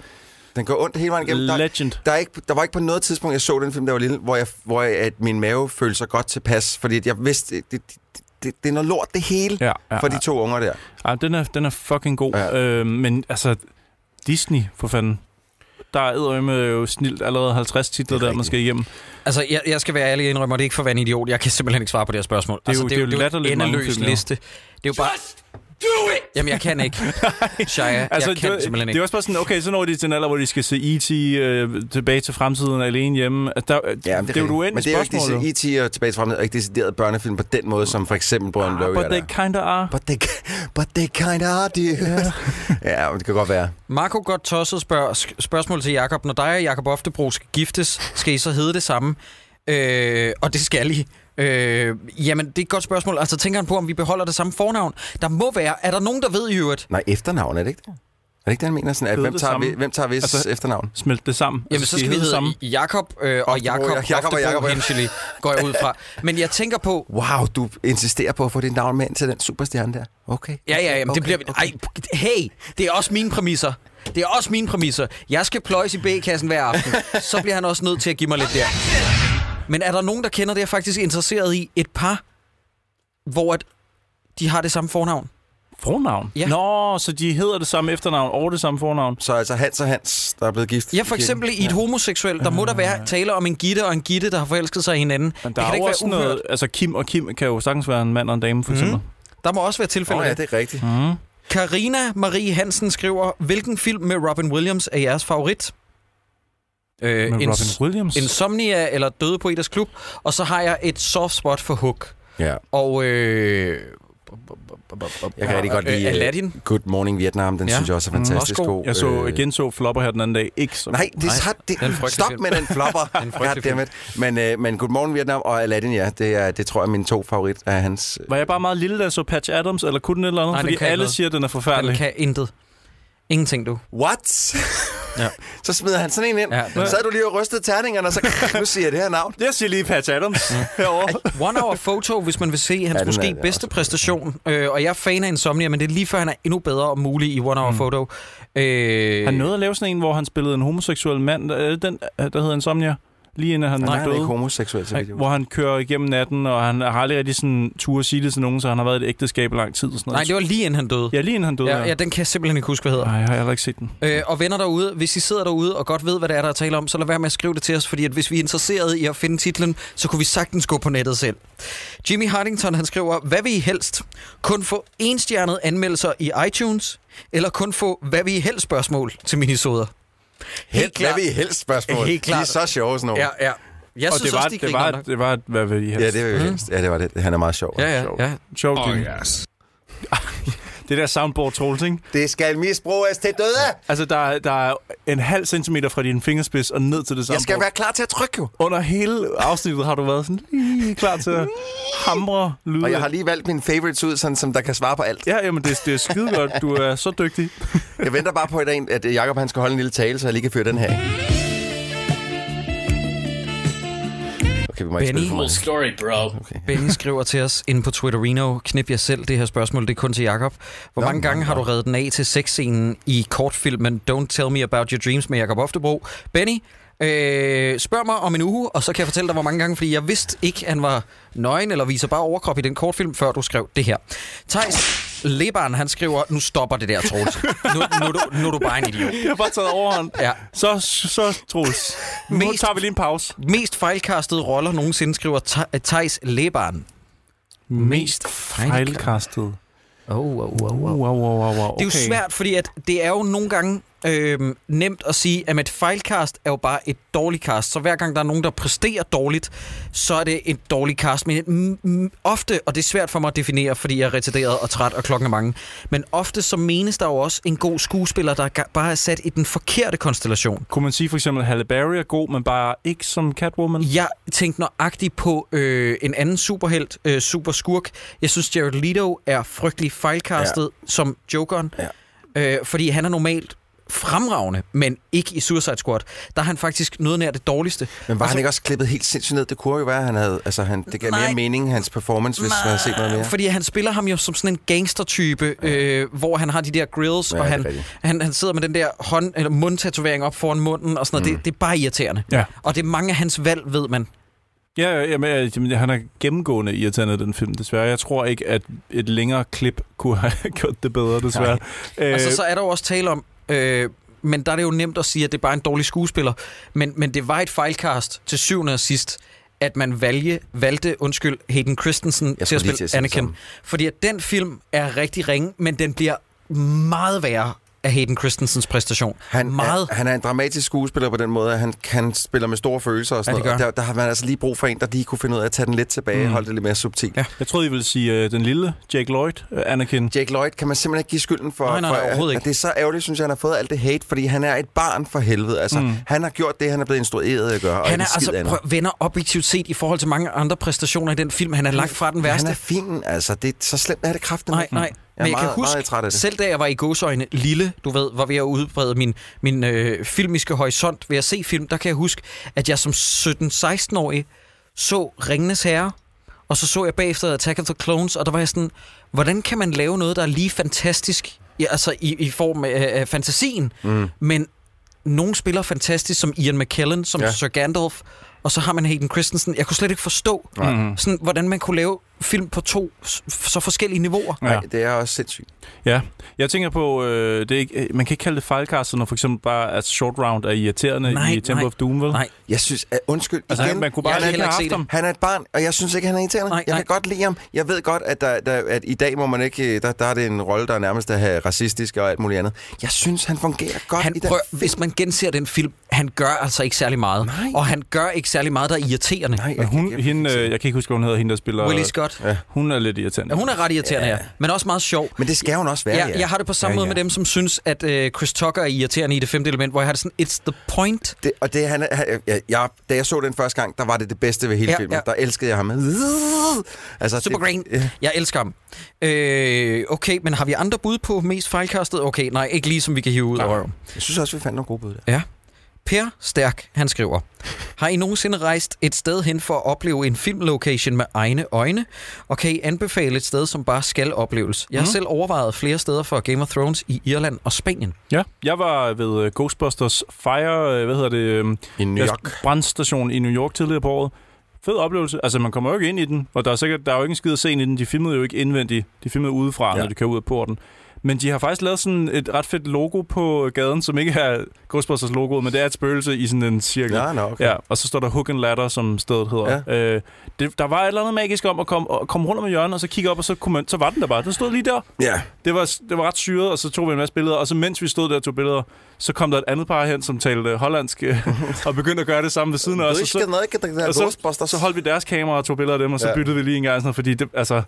Den går ondt hele vejen igennem. Der,
Legend.
der, er ikke, der var ikke på noget tidspunkt, jeg så den film, der var lille, hvor, jeg, hvor jeg, at min mave følte sig godt tilpas, fordi at jeg vidste, det, det, det, det er noget lort, det hele,
Ja,
ja,
ja,
for de to unger der.
ja. ja den, er, den er fucking god.
Ja.
Ja. Øh, men altså, Disney, for fanden. Der er med jo snilt allerede 50 titler,
Det er
der man
rigtigt.
skal igennem.
Altså, jeg, jeg skal være ærlig og indrømme, og det er ikke for at være en idiot. Jeg kan simpelthen ikke svare på det her spørgsmål.
er jo-
altså,
det er jo latterligt
en
mange
endeløs
film, ja.
liste. Det er jo bare... Just do it! Jamen, jeg kan ikke. Shia, altså, jeg kan
det,
simpelthen
Det er
ikke.
også bare sådan, okay, så når de til en alder, hvor de skal se E.T. Øh, tilbage til fremtiden alene hjemme. Altså, Der, ja, det, det er jo et
rigtigt. Men
uendeligt
det er jo ikke
spørgsmål. jo.
disse E.T. og Tilbage til Fremtiden, er ikke decideret børnefilm på den måde, som for eksempel Brødrene
Ah, But
Løvehjerte
they
er.
kinda are.
But they, but they kind of are, dude. ja, men det kan godt være.
Marco godt tosset spørger, sk- spørgsmål til Jakob. Når dig og Jakob Oftebro skal giftes, skal I så hedde det samme? Øh, og det skal I. Øh, jamen, det er et godt spørgsmål. Altså, tænker han på, om vi beholder det samme fornavn? Der må være... Er der nogen, der ved i øvrigt?
Nej, efternavn, er det ikke det? Er det ikke det, han mener? Sådan, at
Hedder
hvem,
det
tager
samme?
vi, hvem tager vis altså,
Altså,
efternavn?
Smelt det sammen.
Jamen,
Altså,
så
de
skal vi
hedder
hedde
sammen.
Jakob øh, og Jakob
ja. Jakob og
Oftebro
Jakob, ja.
Henscheli, går jeg ud fra. Men jeg tænker på,
Wow, du insisterer på at få dit navn med ind til den superstjerne der. Okay.
Ja, ja, jamen, okay, det bliver... Okay. Ej, hey, det er også mine præmisser. Det er også mine præmisser. Jeg skal pløjes i B-kassen hver aften. Så bliver han også nødt til at give mig lidt der. Men er der nogen, der kender det, jeg er faktisk interesseret i et par, hvor at de har det samme fornavn?
E- Fornavn?
Ja.
Nå, så de hedder det samme efternavn og det samme fornavn.
Så altså Hans og Hans, der er blevet gift.
Ja, for eksempel i et homoseksuelt, der må der være tale om en gitte og en gitte, der har forelsket sig i hinanden.
Men
det kan
der
da
er jo
ikke
også
være uhørt.
noget... Altså, Kim og Kim kan jo sagtens være en mand og en dame, for eksempel.
Der må også være tilfælde.
Åh
Oh,
ja, det er rigtigt.
Mm.
Karina Marie Hansen skriver, hvilken film med Robin Williams er jeres favorit? Øh,
Med
en-
Robin Williams.
Insomnia eller Døde Poeters Klub, og så har jeg et soft spot for Hook.
Ja.
Og øh,
Jeg kan rigtig godt lide
øh,
øh,
Aladdin.
Good Morning Vietnam, den
Ja.
synes jeg også er
Mm, også
fantastisk
god.
god.
Jeg så,
Øh,
igen så Flopper her den anden dag. Ikke så
Nej, det er det,
er en frygtelig
Stop
film.
med den flopper.
en frygtelig
Goddammit. Men, øh, men Good Morning Vietnam og Aladdin, ja, det, er, det tror jeg er mine to favorit af hans. øh,
Var jeg bare meget lille, da jeg så Patch Adams, eller kunne den et eller andet?
Nej,
Nej,
den
fordi
kan ikke
alle
noget.
siger, at den er forfærdelig.
Den kan intet. Ingenting, du.
What?
Ja.
så smider han sådan en ind.
Ja,
Ja,
den-
så du lige og rystede terningerne, og så nu siger jeg det her navn.
Jeg siger lige Patch Adams herovre.
One Hour Photo, hvis man vil se hans
den
ja,
er-
måske
den
er,
er
bedste
også-
præstation. Øh, og jeg er fan af Insomnia, men det er lige før, han er endnu bedre og mulig i One Hour mm. Photo. Øh,
Han nåede at lave sådan en, hvor han spillede en homoseksuel mand, der, øh, den, øh, der hedder Insomnia, lige inden han
Nej, han er ikke
døde.
homoseksuel, så vidt jeg
Hvor han kører igennem natten, og han har aldrig rigtig sådan tur at sige det til nogen, så han har været i et ægteskab i lang tid. Og sådan
Nej,
noget.
det var lige inden han døde.
Ja, lige inden han døde.
Ja, ja, den kan jeg simpelthen ikke huske, hvad hedder.
Nej, jeg har heller ikke set den.
Øh, og venner derude, hvis I sidder derude og godt ved, hvad det er, der er tale om, så lad være med at skrive det til os, fordi at hvis vi er interesserede i at finde titlen, så kunne vi sagtens gå på nettet selv. Jimmy Hardington, han skriver, hvad vil I helst? Kun få enstjernet anmeldelser i iTunes, eller kun få, hvad vil I helst spørgsmål til minisoder?
Helt klart. Hvad vil I helst spørgsmål?
Helt
De er
klart.
så sjove sådan nogle.
Ja,
Ja.
ja. Jeg
og
synes
det var,
også, de
det, var,
nok.
det var, et- hvad vil I helst?
Ja, det er jo helst. Ja, det var det. Han er meget sjov.
Ja, ja, ja.
Sjovt, oh, yes. det der soundboard trolls, ikke?
Det skal misbruges til døde.
Altså, der, er- der er en halv centimeter fra din fingerspids og ned til det soundboard.
Jeg skal være klar til at trykke jo.
Under hele afsnittet har du været sådan lige klar til at hamre lyde.
Og jeg har lige valgt mine favorites ud, sådan, som der kan svare på alt.
Ja, jamen, det, er- det er skide godt. Du er så dygtig.
Jeg venter bare på, at, en, at Jacob han skal holde en lille tale, så jeg lige kan føre den her. af. Okay, vi må ikke
Benny.
spille for
Cool
meget.
story, bro.
Okay.
Benny skriver til os inde på Twitterino, knip jer selv det her spørgsmål, det er kun til Jakob. Hvor
Nå,
mange
nå,
gange har du reddet den af til sexscenen i kortfilmen Don't Tell Me About Your Dreams med Jakob Oftebro? Benny, øh, spørg mig om en uge, og så kan jeg fortælle dig, hvor mange gange, fordi jeg vidste ikke, han var nøgen eller viser bare overkrop i den kortfilm, før du skrev det her. Thijs Lebarn, han skriver, nu stopper det der, Troels. Nu, nu, er du, nu er du bare en idiot.
Jeg har bare taget overhånd.
Ja.
Så, så Troels. Nu
Mest-
tager vi lige en pause.
Mest fejlkastede roller nogensinde, skriver Thij- Thijs Lebarn. Mest
fejlkastet.
Oh, oh, oh,
Wow, wow, wow, wow. wow.
Det er jo svært, fordi at det er jo nogle gange øhm, nemt at sige, at et fejlcast er jo bare et dårligt cast. Så hver gang der er nogen, der præsterer dårligt, så er det et dårligt cast. Men mm, mm, ofte, og det er svært for mig at definere, fordi jeg er retarderet og træt og klokken er mange, men ofte så menes der jo også en god skuespiller, der ga- bare er sat i den forkerte konstellation.
Kunne man sige for eksempel, at Halle Berry er god, men bare ikke som Catwoman?
Jeg tænkte nøjagtigt på øh, en anden superhelt, øh, superskurk. Jeg synes, Jared Leto er frygtelig fejlkastet ja. som Jokeren.
Ja.
Øh, fordi han er normalt fremragende, men ikke i Suicide Squad. Der er han faktisk noget nær det dårligste.
Men
Og
var altså,
så-
han ikke også klippet helt sindssygt ned? Det kunne jo være, han havde... Altså, han, det gav
Nej.
mere mening, hans performance, hvis man havde set noget mere.
Fordi han spiller ham jo som sådan en gangstertype, øh, hvor han har de der grills,
Ja,
og
det er
han,
rigtigt.
han, han sidder med den der hånd, eller mundtatovering op foran munden og sådan
Mm.
noget. Det, det er bare irriterende.
Ja.
Og det er mange af hans valg, ved man.
Ja, ja, jamen, ja, jamen, han er gennemgående irriterende, den film, desværre. Jeg tror ikke, at et længere klip kunne have gjort det bedre, desværre. Øh, Æ,
Øh,
Altså, så er der jo også tale om... Øh, men der er det jo nemt at sige, at det er bare en dårlig skuespiller. Men, men det var et fejlkast til syvende og sidst, at man valgte, valgte undskyld, Hayden Christensen til
skulle
at
lige
spille
til at sige det
Anakin.
samme.
Fordi at den film er rigtig ringe, men den bliver meget værre af Hayden Christensens præstation.
Han,
meget.
Er, han er en dramatisk skuespiller på den måde, at han, han spiller med store følelser og sådan
Ja, det
noget.
gør
Og Der, der har man altså lige brug for en, der lige kunne finde ud af at tage den lidt tilbage mm. og holde det lidt mere subtilt.
Ja.
Ja.
jeg troede, I ville sige uh, den lille Jake Lloyd, uh, Anakin.
Jake Lloyd kan man simpelthen ikke give skylden for.
Nej, nej, nej,
for,
overhovedet
at-
ikke.
at Det er så ærgerligt, synes jeg, han har fået alt det hate, fordi han er et barn for helvede. Altså, mm. Han har gjort det, han er blevet instrueret at gøre, og
han er
ikke en skid
altså,
andet.
prøv, venner objektivt set i forhold til mange andre præstationer i den film. Han er langt fra den værste.
Han er fin, altså. Det er så slemt er det kraften.
Nej, nej.
Jeg er
Men jeg
meget,
kan huske,
meget træt af det.
selv da jeg var i godsøjne lille, du ved, var ved at udbrede min, min øh, filmiske horisont ved at se film, der kan jeg huske, at jeg som 17-16-årig så Ringenes Herre, og så så jeg bagefter Attack of the Clones, og der var jeg sådan, hvordan kan man lave noget, der er lige fantastisk, ja, altså i, i form af, af fantasien, mm. men nogen spiller fantastisk, som Ian McKellen, som ja.
Ja.
Sir Gandalf, og så har man Hayden Christensen. Jeg kunne slet ikke forstå, mm. sådan, hvordan man kunne lave film på to s- så forskellige niveauer.
Nej,
Ja.
det er også sindssygt.
Ja, jeg tænker på, øh, det er ikke, øh, man kan ikke kalde det fejlkastet, når for eksempel bare, at Short Round er irriterende
Nej,
i Temple
nej.
of Doom, vel?
Nej,
Jeg synes, at, undskyld
Altså,
igen,
han- man kunne
Jeg
bare
kan
ikke
heller
have
ikke
haft
se
ham.
Han er et barn, og jeg synes ikke, han er irriterende.
Nej,
jeg kan
nej.
godt lide ham. Jeg ved godt, at, der, der, at i dag må man ikke... øh, Der, der er det en rolle, der er nærmest at have racistisk og alt muligt andet. Jeg synes, han fungerer godt i
han
den
prøv,
film.
hvis man genser den film, han gør altså ikke særlig meget.
Nej.
Og han gør ikke særlig meget, der er irriterende.
Nej,
Men
jeg,
hun,
jeg,
hende, øh, jeg kan ikke huske, hvad hun hedder, hende, der spiller...
Willie Scott. Ja.
Hun er lidt irriterende.
Hun er ret irriterende, ja. men også meget sjov.
men det skal hun også være,
Ja,
ja.
jeg har det på samme ja,
Ja,
måde
ja.
med dem, som synes, at øh, Chris Tucker er irriterende i det femte element, hvor jeg har det sådan, it's the point.
Det, og det, han, er- han, jeg, jeg, da jeg så den første gang, der var det det bedste ved hele
Ja,
ja, filmen.
ja.
Ja. Der elskede jeg ham. Altså,
Super
det,
Green. Jeg elsker ham. Øh, okay, men har vi andre bud på mest fejlkastet? Okay, nej, ikke lige som vi kan hive ud af røven.
Jeg synes også, vi fandt nogle gode bud der.
Ja. Per Stærk, han skriver, har I nogensinde rejst et sted hen for at opleve en filmlocation med egne øjne, og kan I anbefale et sted, som bare skal opleves? Jeg har mm. selv overvejet flere steder for Game of Thrones i Irland og Spanien.
Ja, jeg var ved øh, Ghostbusters Fire, øh, hvad hedder det? øhm,
I New
deres
York.
Brandstation i New York tidligere på året. Fed oplevelse. Altså, man kommer jo ikke ind i den, og der er, sikkert, der er jo ikke en skid at se ind i den. De filmede jo ikke indvendigt. De filmede udefra, ja.
Ja.
når de kører ud af porten. Men de har faktisk lavet sådan et ret fedt logo på gaden, som ikke er Ghostbusters logoet, men det er et spøgelse i sådan en cirkel.
Ja, nå, okay.
Ja, og så står der Hook and Ladder, som stedet hedder. Ja. Øh, det, der var et eller andet magisk om at komme, at komme rundt om hjørnet, og så kigge op, og så, kunne man, så var den der bare. Den stod lige der.
Ja.
Det var, det var ret syret, og så tog vi en masse billeder, og så mens vi stod der og tog billeder, så kom der et andet par hen, som talte hollandsk, øh, og begyndte at gøre det samme ved siden af os. Og
Du skal
så,
noget, der
og så,
Ghostbusters.
så holdt vi deres kamera og tog billeder af dem, og så
Ja. Altså,
byttede vi lige en gang, sådan noget, fordi det, altså,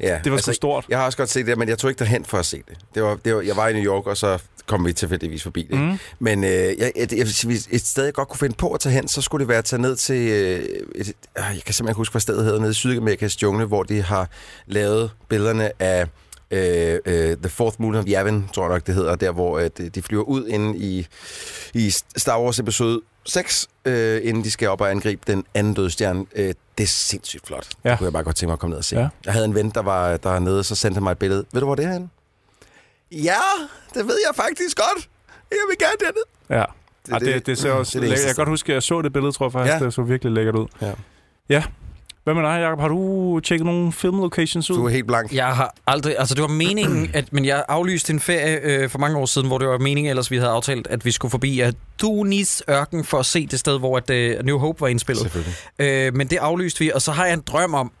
Ja,
det var sgu stort.
Jeg har også godt set det, men jeg tog ikke derhen for at se det. det, var, det var, jeg var i New York, og så kom vi tilfældigvis forbi det.
Mhm.
Mm. Men øh, jeg, jeg, jeg, vil sige, hvis et sted, jeg godt kunne finde på at tage hen, så skulle det være at tage ned til... Øh, et, øh, jeg kan simpelthen ikke huske, hvad stedet hedder, nede i Sydamerikas jungle, hvor de har lavet billederne af... Øh, øh, The Fourth Moon of Yavin, tror jeg nok, det hedder, der hvor at, øh, de flyver ud inde i, i Star Wars episode seks, øh, inden de skal op og angribe den anden dødstjerne. Øh, det er sindssygt flot. Ja.
Ja.
Det kunne jeg bare godt tænke mig at komme ned og se. Ja.
Ja.
Jeg havde en ven, der var dernede, så sendte han mig et billede. Ved du, hvor det er henne? Ja, det ved jeg faktisk godt. Jeg vil gerne derned.
Ja.
Det er
Det, ah,
det-
det, det ser
mm,
også...
det er det
Det jeg kan
eneste
godt huske, at jeg så det billede, tror jeg faktisk.
Ja.
Ja. Det så virkelig lækkert ud.
Ja.
ja. Hvad med dig, Jacob? Har du tjekket nogle filmlocations ud?
Du er helt blank.
Jeg har aldrig... Altså, det var meningen, at... Men jeg aflyste en ferie øh, for mange år siden, hvor det var meningen, ellers vi havde aftalt, at vi skulle forbi Adunis ørken for at se det sted, hvor at, øh, New Hope var indspillet.
Selvfølgelig.
Øh, men det aflyste vi, og så har jeg en drøm om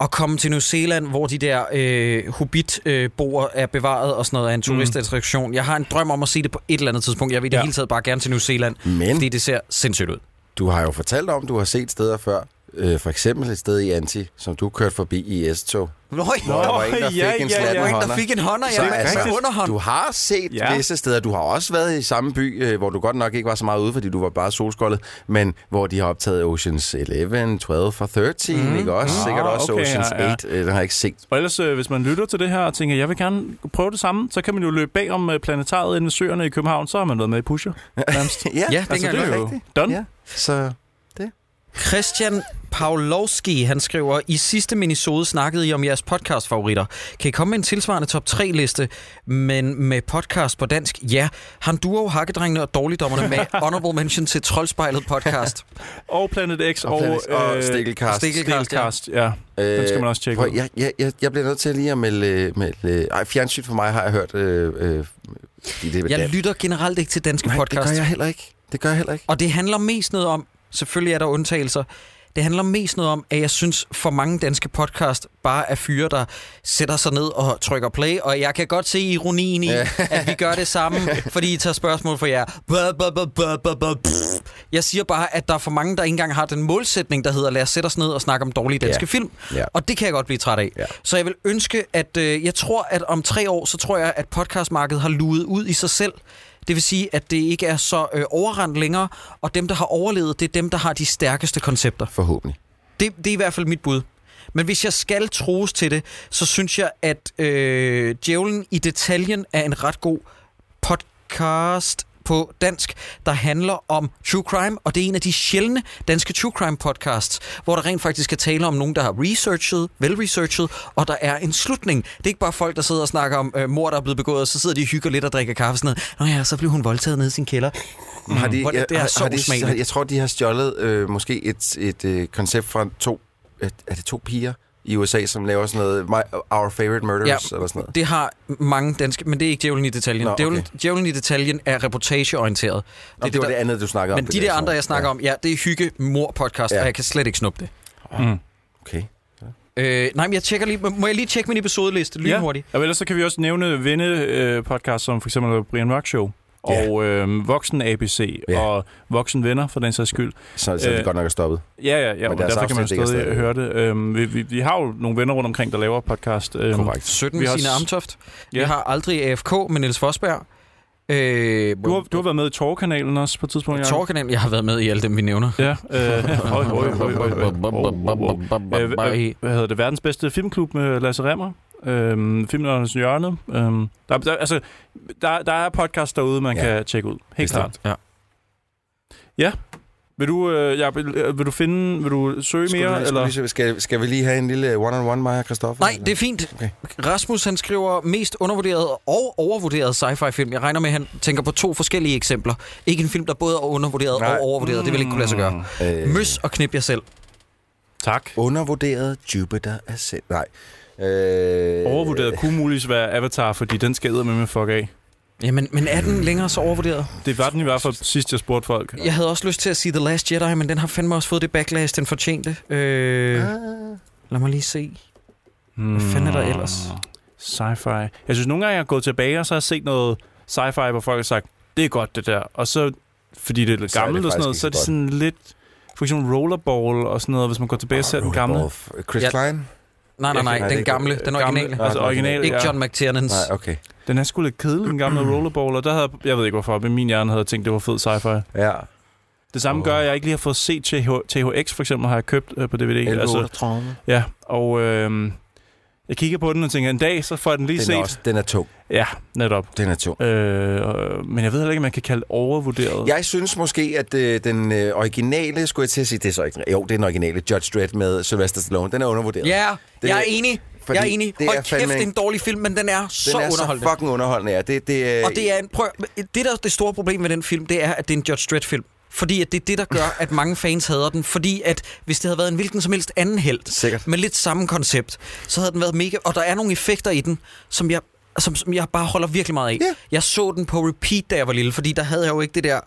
at komme til New Zealand, hvor de der øh, hobbit-boer er bevaret og sådan noget af
Mm.
en turistattraktion. Jeg har en drøm om at se det på et eller andet tidspunkt. Jeg vil i det
Ja.
hele taget bare gerne til New Zealand,
Men-
fordi det ser sindssygt ud.
Du har jo fortalt om, du har set steder før. Øh, for eksempel et sted i Anti, som du kørte forbi i S-tog.
Nå,
Hvor der var en, der fik
ja,
en Altså,
ja,
slatten
ja.
hånd.
Der
der fik en hånd, og
Så
jeg fik en underhånd.
du har set ja.
Ja.
visse steder. Du har også været i samme by, øh, hvor du godt nok ikke var så meget ude, fordi du var bare solskoldet, men hvor de har optaget Oceans 11, 12 og 13, mm. ikke også?
Mm.
Sikkert
Ah,
også
okay,
Oceans
ja, ja.
8, øh, den har jeg ikke set.
Og ellers, øh, hvis man lytter til det her og tænker, jeg vil gerne prøve det samme, så kan man jo løbe bag om øh, planetariet inden ved søerne i København, så har man været med i Pusher. Nærmest.
Ja,
Ja, altså,
det er jo
rigtigt.
done.
Ja. Så
Christian Pavlovski, han skriver, I sidste minisode snakkede I om jeres podcastfavoritter. Kan I komme med en tilsvarende top 3-liste, men med podcast på dansk? Ja, han duo Hakkedrengene og Dårligdommerne med honorable mention til Troldspejlet podcast.
Og Planet X og, øh,
og, og, og Stikkelkast.
Stikkel-
Stikkelkast. Ja. ja, den skal man også tjekke
Øh, Prøv,
ud.
jeg, jeg, jeg, jeg bliver nødt til lige at melde... øh, melde ej, fjernsyn for mig har jeg hørt... Øh, øh, fordi det,
Jeg lytter generelt ikke til danske
Nej, det gør
podcasts.
jeg heller ikke. Det gør jeg heller ikke.
Og det handler mest noget om, selvfølgelig er der undtagelser, det handler mest noget om, at jeg synes, for mange danske podcast bare er fyre, der sætter sig ned og trykker play, og jeg kan godt se ironien i, at vi gør det samme, fordi I tager spørgsmål for jer. Blah, blah, blah, blah, blah, blah. Pff. Jeg siger bare, at der er for mange, der ikke engang har den målsætning, der hedder, lad os sætte os ned og snakke om dårlige danske
Ja.
film.
Ja.
Og det kan jeg godt blive træt af.
Ja.
Så jeg vil ønske, at øh, jeg tror, at om tre år, så tror jeg, at podcastmarkedet har luet ud i sig selv. Det vil sige, at det ikke er så øh, overrendt længere, og dem, der har overlevet, det er dem, der har de stærkeste koncepter.
Forhåbentlig.
Det, det er i hvert fald mit bud. Men hvis jeg skal troes til det, så synes jeg, at øh, Djævlen i detaljen er en ret god podcast på dansk, der handler om true crime, og det er en af de sjældne danske true crime podcasts, hvor der rent faktisk er tale om nogen, der har researchet, velresearchet, og der er en slutning. Det er ikke bare folk, der sidder og snakker om øh, mor, der er blevet begået, og så sidder de og hygger lidt og drikker kaffe og sådan noget. Nå ja, så blev hun voldtaget nede i sin kælder.
Mm. Har de,
Hvor det- det er så
de,
usmageligt.
har, Jeg tror, de har stjålet øh, måske et, et øh, koncept fra to... Øh, er det to piger i USA, som laver sådan noget... My, our Favorite Murders, ja. eller sådan noget?
Det har mange danske, men det er ikke djævlen i detaljen.
Nå,
Nå,
okay.
okay. djævlen, djævlen i detaljen er reportageorienteret. Det, er
Nå, det, det var
der-
det andet, du snakkede om.
Men de der andre, jeg snakker ja. om, ja, det er hygge mor podcast
Ja.
ja. og jeg kan slet ikke snuppe det.
Okay.
Øh, nej, men jeg tjekker lige, må jeg lige tjekke min episodeliste lynhurtigt?
Ja. Og ellers så kan vi også nævne venne øh, podcast som for eksempel Brian Mørk Show
Ja.
og øh, Voksen ABC
Ja.
ja. og Voksen Venner for den sags skyld.
Så, så er det
Øh,
godt nok er stoppet.
Ja, ja, ja,
Men
og
deres
derfor kan man
afsnit ligger
stadig,
stadig.
høre det. Øhm, vi, vi, vi har jo nogle venner rundt omkring, der laver podcast. Øhm,
Korrekt.
17
Vi
med
har
Signe
s-
Amtoft. Ja. Vi
Ja.
har aldrig AFK med Niels Forsberg. Øh,
Du har, du har været med i Torkanalen også på et tidspunkt, Jacob.
Torkanalen, jeg har været med i alle dem, vi nævner.
Ja. Øh, høj, høj, høj, høj, høj. Øh, hvad- Hvad hedder det? Verdens bedste filmklub med Lasse Remmer. Øhm, Filmnørdernes Hjørne. Øhm, der, der, altså, der, der er podcast derude, man
Ja.
ja. kan tjekke ud. Helt
Bestemt.
klart.
Ja.
Ja. Vil du, øh, ja, vil, øh, vil du finde, vil du søge
Skulle
mere?
du lige- skulle
eller?
lige se- Skal, skal vi lige have en lille one-on-one, mig og Christoffer?
Nej, det er fint.
Okay.
Okay. Rasmus, han skriver mest undervurderet og overvurderet sci-fi-film. Jeg regner med, at han tænker på to forskellige eksempler. Ikke en film, der både er undervurderet
Nej. Mm.
Nej. og overvurderet. Det vil ikke kunne lade sig gøre.
er
Møs og knip jer selv.
Mm, Tak.
Undervurderet Jupiter Ascent. Nej. Øh,
Overvurderet kunne muligvis være Avatar, fordi den skal med med fuck af.
Jamen, men er den længere så overvurderet?
Det var den i hvert fald sidst, jeg spurgte folk.
Jeg havde også lyst til at sige The Last Jedi, men den har fandme også fået det backlash, den fortjente. Øh,
Ah.
lad mig lige se.
Hmm.
Hvad fanden er der ellers?
Sci-fi. Jeg synes, nogle gange jeg har gået tilbage, og så har jeg set noget sci-fi, hvor folk har sagt, det er godt det der. Og så, fordi det er lidt
Så er det
gammelt og
faktisk
sådan
ikke
noget, så er det
så
sådan lidt... For eksempel rollerball og sådan noget, hvis man går tilbage og ser den gamle.
Ah, Rollerball. Chris
Ja.
Klein?
Nej, nej,
Jeg kan-
nej.
det er
Den gamle. Den originale.
Nej,
Altså
den
originale,
Ikke
ja.
John McTiernans.
Nej, okay.
Den er sgu lidt kedelig, den gamle rollerball. Og der havde, jeg ved ikke hvorfor, men min hjerne havde tænkt, det var fed sci-fi.
Ja.
Det samme
Åh.
gør, at jeg ikke lige har fået set TH, THX, for eksempel, har jeg købt øh, på DVD.
Elve
Altså,
Otte Traume.
ja, og... Øh, Jeg kigger på den og tænker, en dag, så får jeg den lige
Den
set.
er, også, den er tung.
Ja, netop.
Den er tung.
Øh, og- men jeg ved heller ikke, om man kan kalde det overvurderet.
Jeg synes måske, at øh, den øh, originale, skulle jeg til at sige, det er så ikke, jo, det er den originale, Judge Dredd med Sylvester Stallone, den er undervurderet.
Ja,
Det-
jeg er enig.
fordi
Jeg er enig.
det
Hold
er
kæft,
fandme
det er
en-
en dårlig film, men den er så
den er
underholdende.
så fucking underholdende, ja. Det, øh, det,
Og det er en, prøv, det der er det store problem med den film, det er, at det er en Judge Dredd-film. Fordi at det er det, der gør, at mange fans hader den. Fordi at hvis det havde været en hvilken som helst anden held,
Sikkert.
med lidt samme koncept, så havde den været mega... Og der er nogle effekter i den, som jeg, som, som jeg bare holder virkelig meget af.
Ja.
Jeg så den på repeat, da jeg var lille, fordi der havde jeg jo ikke det der,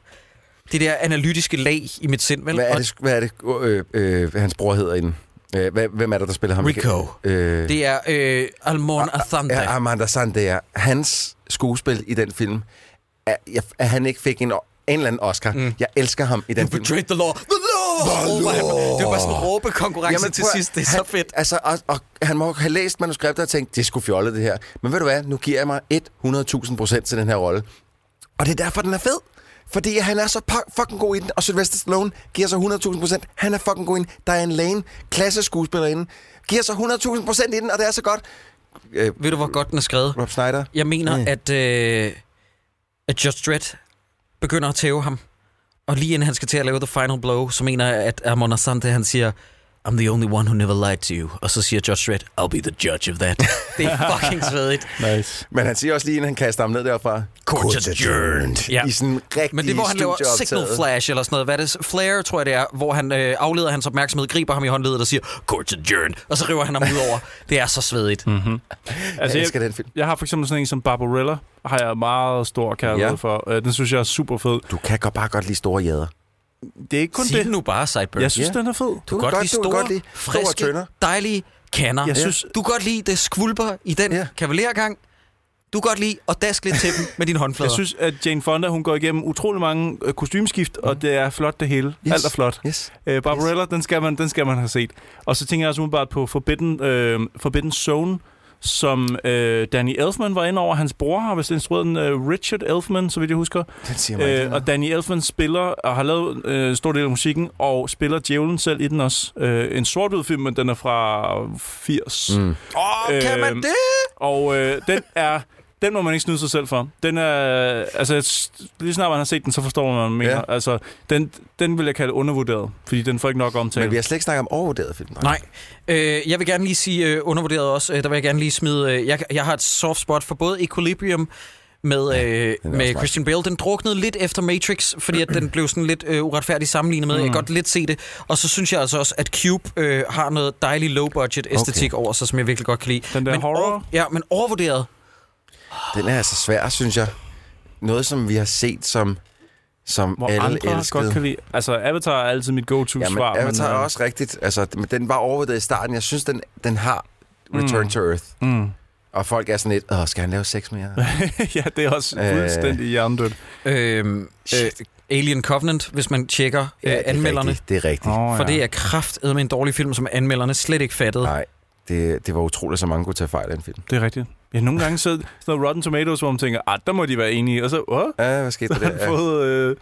det der analytiske lag i mit sind. Vel?
Hvad er
Og
det, sk- hvad er det øh, øh, hans bror hedder i den? Øh, hvad- hvem er det, der spiller ham?
Rico.
Øh,
det er øh, Almon Athanda.
Ah, Ja, Amanda Sandager. Hans skuespil i den film, er, jeg, at han ikke fik en, en eller anden Oscar. Mm. Jeg elsker ham i den film.
Betrayed the law. The law!
The
Oh my
law.
God. Det var bare sådan en råbekonkurrence til
prøv at-
sidst. Det er
han,
så fedt.
Altså, og, og, han må have læst manuskriptet og tænkt, det skulle fjolle det her. Men ved du hvad, nu giver jeg mig 100.000 procent til den her rolle. Og det er derfor, den er fed. Fordi han er så pu- fucking god i den, og Sylvester Stallone giver sig 100.000 procent. Han er fucking god i den. Diane Lane, klasseskuespillerinde, giver sig 100.000 procent i den, og det er så godt. Øh,
Ved du, hvor godt den er skrevet?
Rob Schneider.
Jeg mener,
Ja.
at, øh, at Just Dredd begynder at tæve ham. Og lige inden han skal til at lave The Final Blow, så mener jeg, at Amon Asante, han siger, I'm the only one who never lied to you. Og så siger Judge Dredd, I'll be the judge of that. det er fucking svedigt.
Nice.
Men han siger også lige, inden han kaster ham ned derfra.
Court adjourned.
Ja.
Ja.
I sådan en rigtig
Men det er, hvor han laver signal flash eller sådan noget. Hvad er det? Flare, tror jeg det er. Hvor han øh, afleder hans opmærksomhed, griber ham i håndledet og siger, Court adjourned. Og så river han ham ud over. Det er så svedigt. Mm.
Altså,
jeg
jeg,
elsker den film.
jeg har for eksempel sådan en som Barbarella, har jeg meget stor kærlighed
Ja.
ja. for. Øh, Den synes jeg er super fed.
Du kan godt bare godt lide store jæder.
Det er ikke kun
Sig det
det.
nu bare, Sideburn.
Jeg synes,
Ja.
ja. den er fed.
Du kan
kan
godt
godt-
lide
du kan
store,
godt lide store
friske,
tønder.
dejlige kander.
Jeg synes-
du kan godt lide det skvulper i den
Ja.
ja. kavalergang. Du kan godt lide at daske lidt til dem med dine håndflader.
Jeg synes, at Jane Fonda, hun går igennem utrolig mange øh, kostymeskift, mm. og det er flot det hele. Yes. Alt er flot.
Yes.
Øh, Barbarella, den, skal man, den skal man have set. Og så tænker jeg også umiddelbart på Forbidden, øh, Forbidden Zone, som øh, Danny Elfman var inde over. Hans bror har vist instrueret den, øh, Richard Elfman, så vidt jeg husker.
Den siger mig
Øh, og Danny Elfman spiller og har lavet øh, en stor del af musikken, og spiller djævlen selv i den også. Øh, en sort film, men den er fra 80. Mm.
Åh, kan man
øh,
det?
Og øh, den er... Den må man ikke snyde sig selv for. Den er... Altså, s- lige snart man har set den, så forstår man, hvad man mener.
Ja.
Ja. Altså, den, den vil jeg kalde undervurderet, fordi den får ikke nok omtale.
Men vi har slet ikke snakket om overvurderet film.
Nej. Øh, jeg vil gerne lige sige øh, undervurderet også. Øh, der vil jeg gerne lige smide... Øh, jeg, jeg har et soft spot for både Equilibrium med, øh,
er også
med
nice.
Christian Bale. Den druknede lidt efter Matrix, fordi at den blev sådan lidt øh, uretfærdigt sammenlignet med. Jeg
Mm.
kan godt lidt se det. Og så synes jeg altså også, at Cube øh, har noget dejlig low-budget æstetik over sig, som jeg virkelig godt kan lide.
Den der
men
horror?
Over, ja, men overvurderet.
Den er altså svær, synes jeg. Noget, som vi har set, som, som
hvor
alle
andre
elskede.
godt kan lide. Altså, Avatar er altid mit
ja, men
go-to-svar.
Avatar er
øh,
også rigtigt. Altså, men den var overvurderet i starten. Jeg synes, den, den har Return mm. to Earth.
Mm.
Og folk er sådan lidt, Åh, skal han lave seks mere?
ja, det er også
Øh.
fuldstændig hjernedødt.
Øhm, øh, Alien Covenant, hvis man tjekker ja,
Ja, det
øh,
er
anmelderne.
Rigtigt, det er rigtigt.
Oh,
For det er kraftedme en dårlig film, som anmelderne slet ikke fattede.
Nej, det, det var utroligt, så mange kunne tage fejl af en film.
Det er rigtigt. Ja, nogle gange så sådan noget Rotten Tomatoes, hvor man tænker, ah, der må de være enige, og så, åh,
Ja, hvad skete der
har
der?
han fået, øh,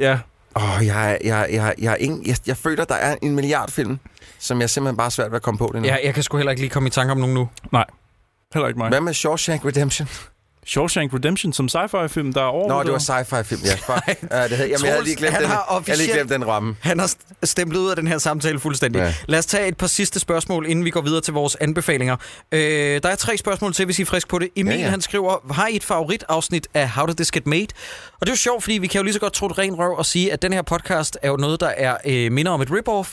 ja,
Åh, oh, jeg, jeg, jeg, jeg, er ingen, jeg, jeg føler, der er en milliard film, som jeg simpelthen bare er svært ved at komme på lige nu.
Jeg, jeg kan sgu heller ikke lige komme i tanke om nogen nu.
heller ikke mig.
Hvad med Shawshank Redemption?
Shawshank Redemption som sci-fi-film, der er over.
Nå, det var sci-fi film, ja. Fuck. Ja, det havde, jamen, jeg havde lige
Oh, Troels,
glemt
han
den,
har
jeg havde lige
officielt-
glemt den ramme.
Han har st- stemplet ud af den her samtale fuldstændig.
Ja.
Ja. Lad os tage et par sidste spørgsmål, inden vi går videre til vores anbefalinger. Øh, der er tre spørgsmål til, hvis I er frisk på det. Emil,
Ja,
ja,
ja.
ja. han skriver, har I et favoritafsnit af How Did This Get Made? Og det er jo sjovt, fordi vi kan jo lige så godt tro det ren røv og sige, at den her podcast er jo noget, der er øh, minder om et rip-off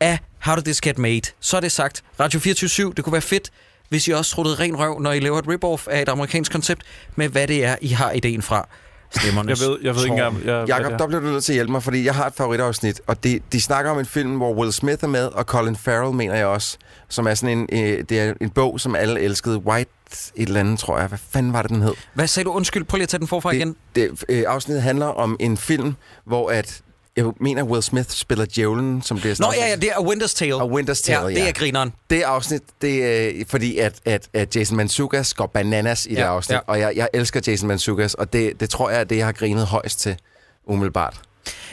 af How Did This Get Made. Så er det sagt. Radio 24 det kunne være fedt, hvis I også troede ren røv, når I laver et rip-off af et amerikansk koncept, med hvad det er, I har ideen fra. Stemmerne.
Jeg ved, jeg ved ikke engang. Jeg,
Jakob,
jeg,
der bliver du nødt til at hjælpe mig, fordi jeg har et favoritafsnit, og de, de snakker om en film, hvor Will Smith er med, og Colin Farrell mener jeg også, som er sådan en, øh, det er en bog, som alle elskede. White et eller andet, tror jeg. Hvad fanden var det, den hed?
Hvad sagde du? Undskyld, prøv lige at tage den forfra igen.
Det, det, øh, afsnittet handler om en film, hvor at, jeg mener, Will Smith spiller djævlen, som bliver
Nå
sådan-
ja, ja, det er A Winter's Tale.
Og Winter's Tale, ja.
ja. Det er grineren.
Det afsnit, det er øh, fordi, at, at, at Jason Mansukas går bananas i ja, det
Ja,
afsnit. Ja.
ja.
Og jeg, jeg elsker Jason Mansukas, og det, det tror jeg er det, jeg har grinet højst til, umiddelbart.